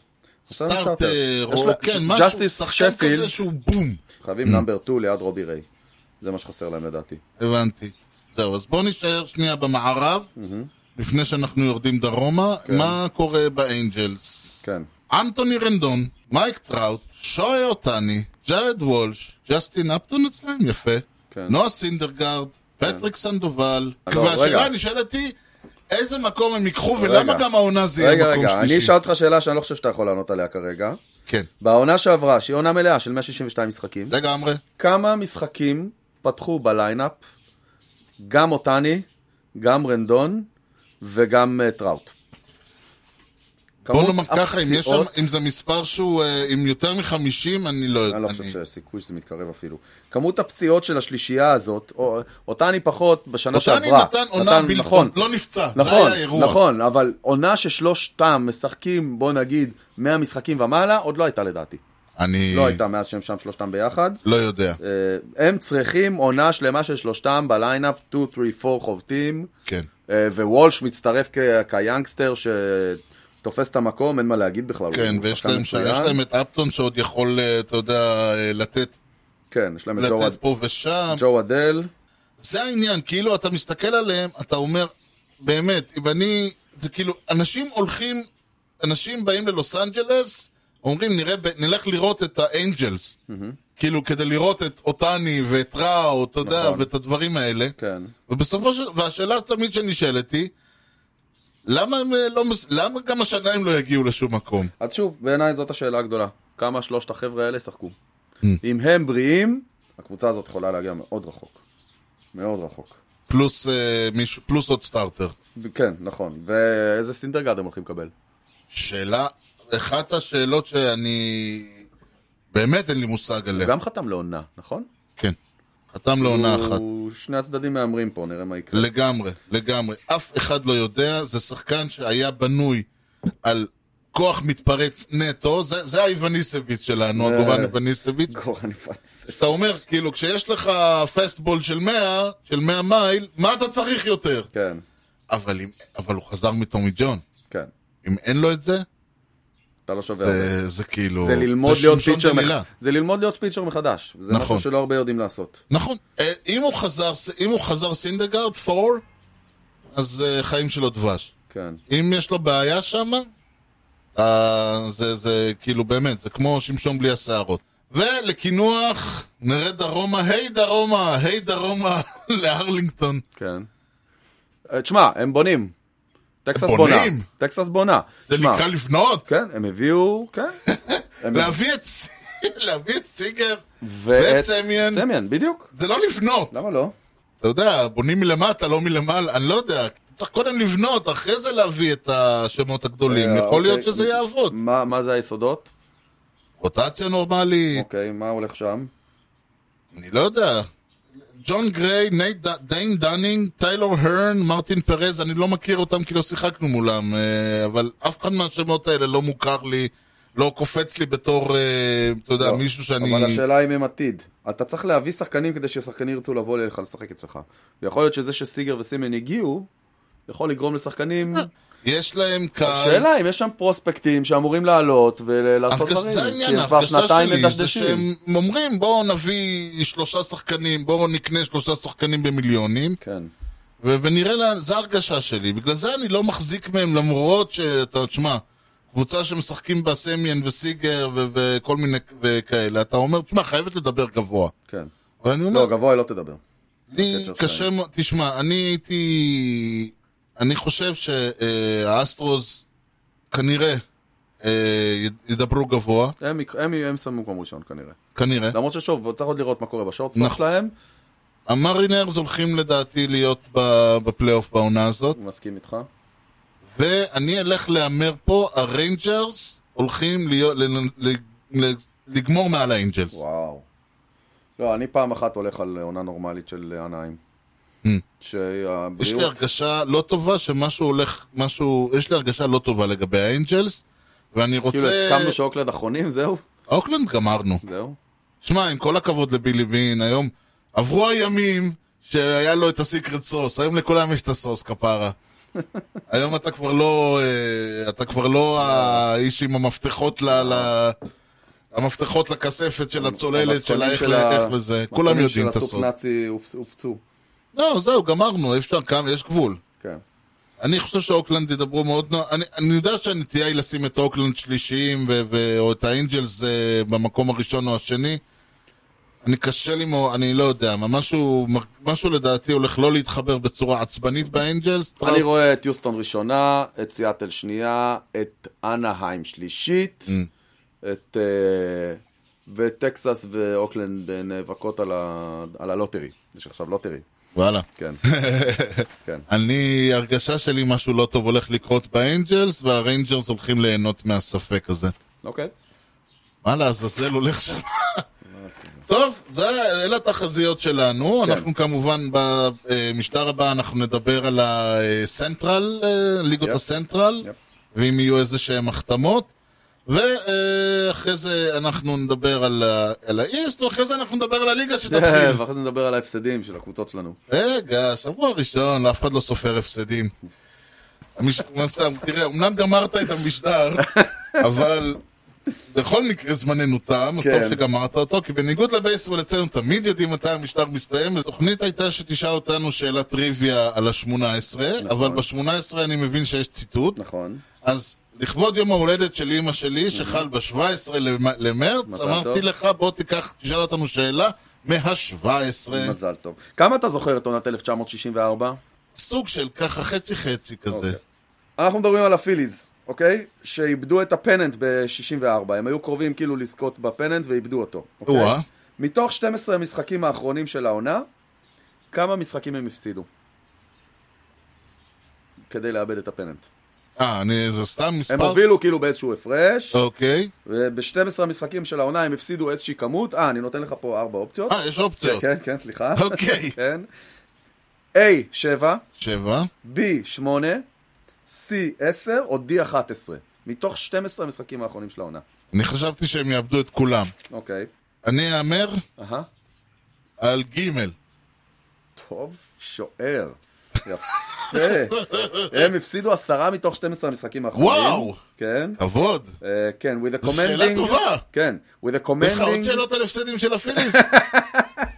חסר להם
סטארטר,
יש
או
לה-
כן,
ג'סטיס
משהו, שחקן
שפילד.
כזה שהוא בום.
חייבים נאמבר 2 ליד רובי ריי. זה מה שחסר להם לדעתי.
הבנתי. זהו, אז בואו נישאר שנייה במערב, לפני שאנחנו יורדים דרומה, מה קורה באנג'לס?
כן.
אנטוני רנדון, מייק טראוט, שוי אותני, ג'ארד וולש, ג'סטין אפטון אצלהם, יפה.
כן.
נועה סינדרגרד, פטריק סנדובל.
לא, רגע.
והשאלה הנשאלת היא, איזה מקום הם ייקחו ולמה
רגע.
גם העונה זה
רגע,
יהיה מקום
רגע, אני
שלישי?
אשאל אותך שאלה שאני לא חושב שאתה יכול לענות עליה כרגע.
כן,
בעונה שעברה, שהיא עונה מלאה של 162 משחקים,
לגמרי.
כמה משחקים פתחו בליינאפ, גם אותני, גם רנדון וגם אה, טראוט.
בוא
כמות
נאמר ככה, אם יש שם-
הפציעות-
אם זה מספר שהוא, אה, עם יותר מחמישים, אני לא יודע.
אני לא
אני-
חושב שיש סיכוי שזה מתקרב אפילו. כמות הפציעות של השלישייה הזאת, או- אותני פחות בשנה
אותני
שעברה.
לא נתן עונה בלתי,
נכון,
לא נפצע, זה
נכון,
היה האירוע.
נכון, אבל עונה ששלושתם משחקים, בוא נגיד, 100 משחקים ומעלה, עוד לא הייתה לדעתי.
אני
לא הייתה מאז שהם שם שלושתם ביחד.
לא יודע,
אה, הם צריכים עונה שלמה של שלושתם בליינאפ, 2, 3, 4 חובטים,
כן.
אה, ווולש מצטרף כ- כיאנגסטר שתופס את המקום, אין מה להגיד בכלל.
כן,
הוא
ויש
שחקן
להם, ש...
מצוין.
יש להם את אפטון שעוד יכול, אה, אתה יודע, אה, לתת,
כן, יש להם את ג'ו
לתת
אד-
פה ושם.
ג'ו אדל.
זה העניין, כאילו, אתה מסתכל עליהם, אתה אומר, באמת, אם אני... זה כאילו, אנשים הולכים, אנשים באים ללוס אנג'לס, אומרים, נראה, ב- נלך לראות את האנג'לס. כאילו, כדי לראות את אותני ואת ראו, אתה יודע,
נכון.
ואת הדברים האלה.
כן.
ובסופו של... והשאלה תמיד שנשאלת היא, למה הם אה, לא... מס- למה גם השנה הם לא יגיעו לשום מקום?
אז שוב, בעיניי זאת השאלה הגדולה. כמה שלושת החבר'ה האלה ישחקו?
Mm.
אם הם בריאים, הקבוצה הזאת יכולה להגיע מאוד רחוק. מאוד רחוק.
פלוס, אה, מישהו, פלוס עוד סטארטר.
כן, נכון. ואיזה סינדרגרד הם הולכים לקבל?
שאלה, אחת השאלות שאני... באמת אין לי מושג
הוא
עליה.
גם חתם לעונה, נכון?
כן. חתם כן. לעונה אחת.
הוא- שני הצדדים מהמרים פה, נראה מה יקרה.
לגמרי, לגמרי. אף אחד לא יודע, זה שחקן שהיה בנוי על כוח מתפרץ נטו, זה, זה האיווניסביץ'
אה.
שלנו, הגורן איווניסביץ'.
גורן יפצה.
אתה אומר, כאילו, כשיש לך פסטבול של 100, של 100 מייל, מה אתה צריך יותר?
כן,
אבל, אם, אבל הוא חזר מטומי ג'ון.
כן.
אם אין לו את זה,
אתה לא שווה הרבה.
זה, זה כאילו...
זה ללמוד להיות
שמשון
פיצ'ר
דלילה.
מחדש. זה ללמוד להיות פיצ'ר מחדש. זה
נכון.
משהו שלא הרבה יודעים לעשות.
נכון. אה, אם הוא חזר, אם הוא חזר סינדגרד, פור, אז אה, חיים שלו דבש.
כן.
אם יש לו בעיה שם, אה, זה, זה כאילו באמת, זה כמו שמשון בלי השערות. ולקינוח, נרד דרומה, היי דרומה, היי דרומה, להרלינגטון.
כן. אה, תשמע, הם בונים. טקסס
הם
בונה.
בונים?
טקסס בונה.
זה
שמע,
נקרא לבנות?
כן, הם הביאו, כן. הם-
להביא את ס- להביא את סיגר
ואת-
ואת סמיאן,
סמיאן, בדיוק.
זה לא לבנות.
למה לא?
אתה יודע, בונים מלמטה, לא מלמעלה, אני לא יודע. צריך קודם לבנות, אחרי זה להביא את השמות הגדולים.
אה,
יכול להיות
אוקיי.
שזה יעבוד.
מה מה זה היסודות?
רוטציה נורמלית,
אוקיי, מה הולך שם?
אני לא יודע. ג'ון גריי, נייט ד- דיין דנינג, טיילור הרן, מרטין פרז, אני לא מכיר אותם כי לא שיחקנו מולם, אה, אבל אף אחד מהשמות האלה לא מוכר לי, לא קופץ לי בתור, אה, אתה יודע,
לא.
מישהו שאני...
אבל השאלה אם הם עתיד. אתה צריך להביא שחקנים כדי ששחקנים ירצו לבוא אליך לשחק אצלך. ויכול להיות שזה שסיגר וסימן הגיעו, יכול לגרום לשחקנים...
אה, יש להם קהל...
שאלה אם יש שם פרוספקטים שאמורים לעלות ולעשות
ההרגשה-
דברים.
זה
כי
העניין,
הם כבר
ההרגשה
שנתיים
שלי זה
מדשדשים.
שהם אומרים בואו נביא שלושה שחקנים, בואו נקנה שלושה שחקנים במיליונים,
כן.
ו- ונראה לאן, זה ההרגשה שלי. בגלל זה אני לא מחזיק מהם, למרות שאתה, תשמע, קבוצה שמשחקים בה סמיאן וסיגר ו- וכל מיני כ- וכאלה, אתה אומר, תשמע, חייבת לדבר גבוה.
כן.
אבל אני אומר,
לא, גבוה היא לא תדבר.
לי
בקצב
קשה
שלהם.
מאוד, תשמע, אני הייתי, אני חושב שהאסטרוס כנראה אה, י- ידברו גבוה,
הם יק- הם- הם שמו מקום ראשון כנראה.
כנראה.
למרות ששוב, צריך עוד לראות מה קורה בשורטסטופ
נכון.
שלהם.
המרינרס הולכים לדעתי להיות ב- בפלייאוף בעונה הזאת,
אני מסכים איתך.
ואני אלך להמר פה, הריינג'רס הולכים להיות, ל- ל- ל- לגמור מעל האנג'לס.
וואו. לא, אני פעם אחת הולך על עונה נורמלית של עניים.
Mm. יש לי
שהבריאות...
הרגשה לא טובה שמשהו הולך, משהו, יש לי הרגשה לא טובה לגבי האנג'לס, ואני
כאילו
רוצה...
הסכמנו שאוקלד אחרונים, זהו?
אוקלנד גמרנו.
זהו.
שמע, עם כל הכבוד לבילי וין, היום עברו הימים שהיה לו את הסיקרט סוס, היום לכולם יש את הסוס, כפרה. היום אתה כבר לא, אה, אתה כבר לא האיש עם המפתחות ל... ל... המפתחות לכספת של הצוללת, של
המתכונים
איך
של
ל-
ה-
איך לזה, כולם
המתכונים
יודעים את
של
הסוד.
הסוף נאצי הופ- הופצו.
לא, זהו, גמרנו, אי אפשר כמה, יש גבול.
כן.
אני חושב שאוקלנד ידברו מאוד נוח, אני, אני יודע שהנטייה היא לשים את אוקלנד שלישיים ו- ו- או את האנג'לס אה, במקום הראשון או השני. אני קשה לי מאוד, אני לא יודע, מה, משהו, משהו לדעתי הולך לא להתחבר בצורה עצבנית באנג'לס.
אני רואה את יוסטון ראשונה, את סיאטל שנייה, את אנהיים שלישית, את... אה, וטקסס ואוקלנד אה, נאבקות על ה- על הלוטרי. יש עכשיו לוטרי.
וואלה.
כן. כן.
אני, הרגשה שלי משהו לא טוב הולך לקרות באנג'לס, והריינג'רס הולכים ליהנות מהספק הזה.
אוקיי.
מה לעזאזל הולך שם? טוב, זה, אלה התחזיות שלנו.
כן.
אנחנו כמובן במשטר הבא אנחנו נדבר על הסנטרל, אה, ליגות
יפ.
הסנטרל,
יפ.
ואם יהיו איזה שהן החתמות. ואחרי זה אנחנו נדבר על ה- על האיסט, ואחרי זה אנחנו נדבר על הליגה שתתחיל.
ואחרי זה נדבר על ההפסדים של הקבוצות שלנו.
רגע, שבוע ראשון, אף אחד לא סופר הפסדים. המש... תראה, אמנם גמרת את המשדר, אבל בכל מקרה זמננו תם, אז
כן.
טוב שגמרת אותו, כי בניגוד לבייסבול אצלנו תמיד יודעים מתי המשדר מסתיים, אז התוכנית הייתה שתשאל אותנו שאלת טריוויה על השמונה עשרה, אבל בשמונה עשרה אני מבין שיש ציטוט,
נכון. Mhm.
אז לכבוד יום ההולדת של אימא שלי, שחל ב-17 למרץ,
מזל
אמרתי
טוב.
לך, בוא תיקח, תשאל אותנו שאלה מה-17.
מזל טוב. כמה אתה זוכר את עונת 1964?
סוג של ככה חצי חצי כזה.
אוקיי. אנחנו מדברים על הפיליז, אוקיי? שאיבדו את הפננט ב-64. הם היו קרובים כאילו לזכות בפננט ואיבדו אותו. אוקיי?
או-אה.
מתוך 12 המשחקים האחרונים של העונה, כמה משחקים הם הפסידו? כדי לאבד את הפננט.
אה, אני- זה סתם
הם
מספר?
הובילו כאילו באיזשהו הפרש,
אוקיי.
וב-12 המשחקים של העונה הם הפסידו איזושהי כמות. אה, אני נותן לך פה ארבע אופציות.
אה, יש אופציות.
כן, כן, סליחה.
אוקיי.
כן. A, 7,
שבע.
B, 8, C, 10 או D, 11. מתוך 12 המשחקים האחרונים של העונה.
אני חשבתי שהם יאבדו את כולם.
אוקיי.
אני אאמר
אהה.
על גימל.
טוב, שוער. יפה. הם הפסידו עשרה מתוך 12 המשחקים האחרונים.
וואו.
כן.
כבוד.
אה, כן, with a
זו
commanding...
שאלה טובה.
כן, with a
יש לך עוד
commanding...
שאלות על הפסדים של הפיליס?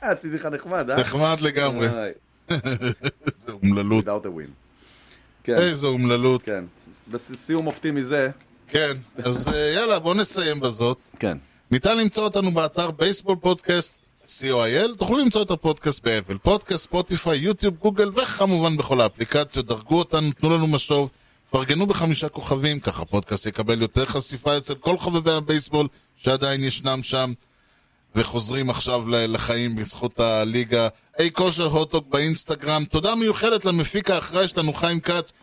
עשיתי לך נחמד, אה?
נחמד לגמרי.
אה,
איזה אומללות.
without a win. כן,
איזה אומללות.
כן. בסיום אופטימי זה...
כן. אז אה, יאללה, בואו נסיים בזאת.
כן.
ניתן למצוא אותנו באתר בייסבול פודקאסט. co.il, תוכלו למצוא את הפודקאסט באפל, פודקאסט, ספוטיפיי, יוטיוב, גוגל וכמובן בכל האפליקציות, דרגו אותנו, תנו לנו משוב פרגנו בחמישה כוכבים, ככה הפודקאסט יקבל יותר חשיפה אצל כל חובבי הבייסבול שעדיין ישנם שם. וחוזרים עכשיו ל- לחיים בזכות הליגה. היי כושר הוטדוג באינסטגרם. תודה מיוחדת למפיק האחראי שלנו, חיים כץ.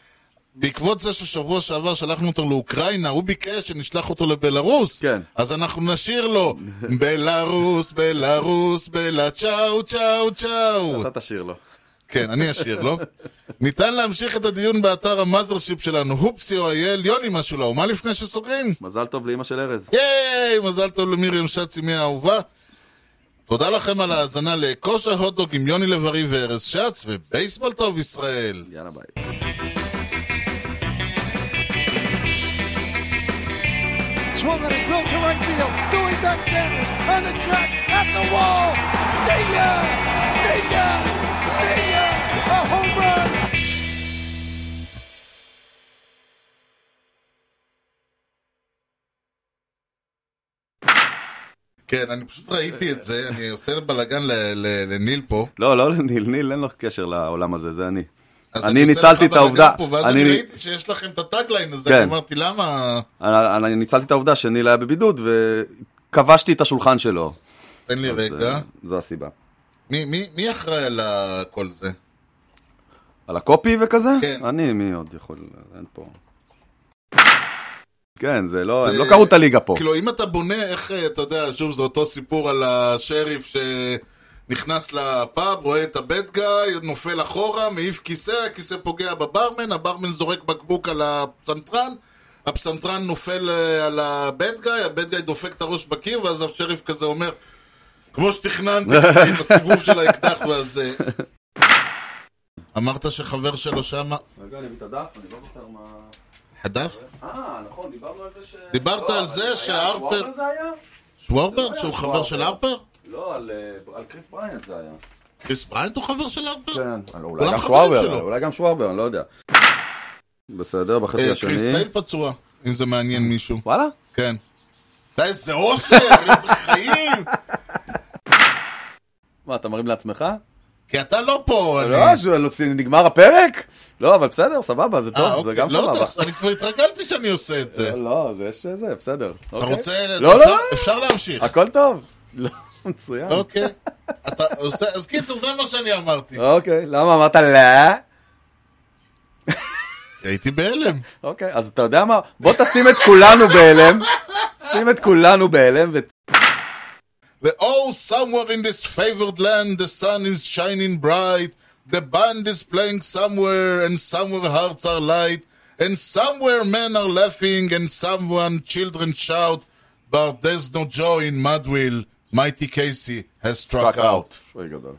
בעקבות זה ששבוע שעבר שלחנו אותו לאוקראינה, הוא ביקש שנשלח אותו לבלארוס.
כן.
אז אנחנו נשאיר לו, בלארוס, בלארוס, בלה צ'או, צ'או, צ'או.
אתה תשאיר לו.
כן, אני אשאיר לו. ניתן להמשיך את הדיון באתר המאזרשיפ שלנו, הופסי או אייל, יוני משהו לא, מה לפני שסוגרים?
מזל טוב לאימא של ארז.
כן. ייי! מזל טוב למיריam שצי, מי האהובה. תודה לכם על ההאזנה לכושר הוטדוג עם יוני לב-ארי וארז שץ, ובייסבול טוב ישראל.
יאללה ביי.
Swung and a drill to right field. Doing back Sanders on the track at the wall. See ya! See ya! See ya! A home run!
כן, אני פשוט ראיתי את זה, אני עושה בלאגן ל- ל- לניל פה.
לא, לא לניל, ניל אין לו קשר לעולם הזה, זה אני.
אז
אני
עושה
ניצלתי
לך
את העובדה.
בלאגן פה, ואז אני
אני-
ראיתי שיש לכם את הטאגליין הזה,
כן.
אני אמרתי למה...
אני אני ניצלתי את העובדה שניל היה בבידוד וכבשתי את השולחן שלו.
תן לי רגע.
זה- זו הסיבה.
מי- מי מי אחראי על כל זה?
על הקופי וכזה?
כן.
אני, מי עוד יכול? אה, אין פה. כן, זה לא, הם
זה-
לא קראו את הליגה פה.
כאילו, אם אתה בונה, איך, אה, אתה יודע, שוב, זה אותו סיפור על השריף שנכנס לפאב, רואה את הבד גאי, נופל אחורה, מעיף כיסא, הכיסא פוגע בברמן, הברמן זורק בקבוק על הפסנתרן, הפסנתרן נופל אה, על הבד גאי, הבד גאי דופק את הראש בקיר, ואז השריף כזה אומר, כמו שתכננתי, ככה, עם הסיבוב של האקדח, ואז... אה, אמרת שחבר שלו שמה...
רגע, אני אביא את הדף, אני לא זוכר מה...
הדף?
אה, נכון, דיברנו על זה ש...
דיברת על זה שהרפר-
וורנר זה היה?
שוורבר? שהוא חבר של הרפר?
לא, על, אה, על קריס בריינט זה היה.
קריס בריינט הוא חבר של הרפר?
כן, אולי
גם
גם
חברים לא שלו.
שוואבר, אולי גם שוואבר, אני לא יודע. בסדר, בחצי
אה, קריס
השני. אה.
סייל פצוע, אם זה מעניין מישהו.
וואלה?
כן. אתה איזה אושר, איזה חיים!
מה, אתה מרים לעצמך?
כי אתה לא פה, אני...
לא, ש- נגמר הפרק? לא, אבל בסדר, סבבה, זה
אה,
טוב, זה
אוקיי,
גם
לא יודע,
סבבה.
אני כבר התרגלתי שאני עושה את זה.
לא, זה יש זה, בסדר.
אתה רוצה...
לא, לא,
אפשר-
לא.
אפשר להמשיך.
הכל טוב. לא, מצוין.
אוקיי. אתה עושה- אז קיצור, זה מה שאני אמרתי.
אוקיי, למה אמרת לא?
הייתי בהלם.
אוקיי, אז אתה יודע מה? בוא תשים את כולנו בהלם. שים את כולנו בהלם ו...
ו-Oh, somewhere in this favored land, the sun is shining bright, the band is playing somewhere, and somewhere hearts are light, and somewhere men are laughing, and someone children shout, but there's no joy in Mudwill, mighty Casey has struck out.
אוי, גדול.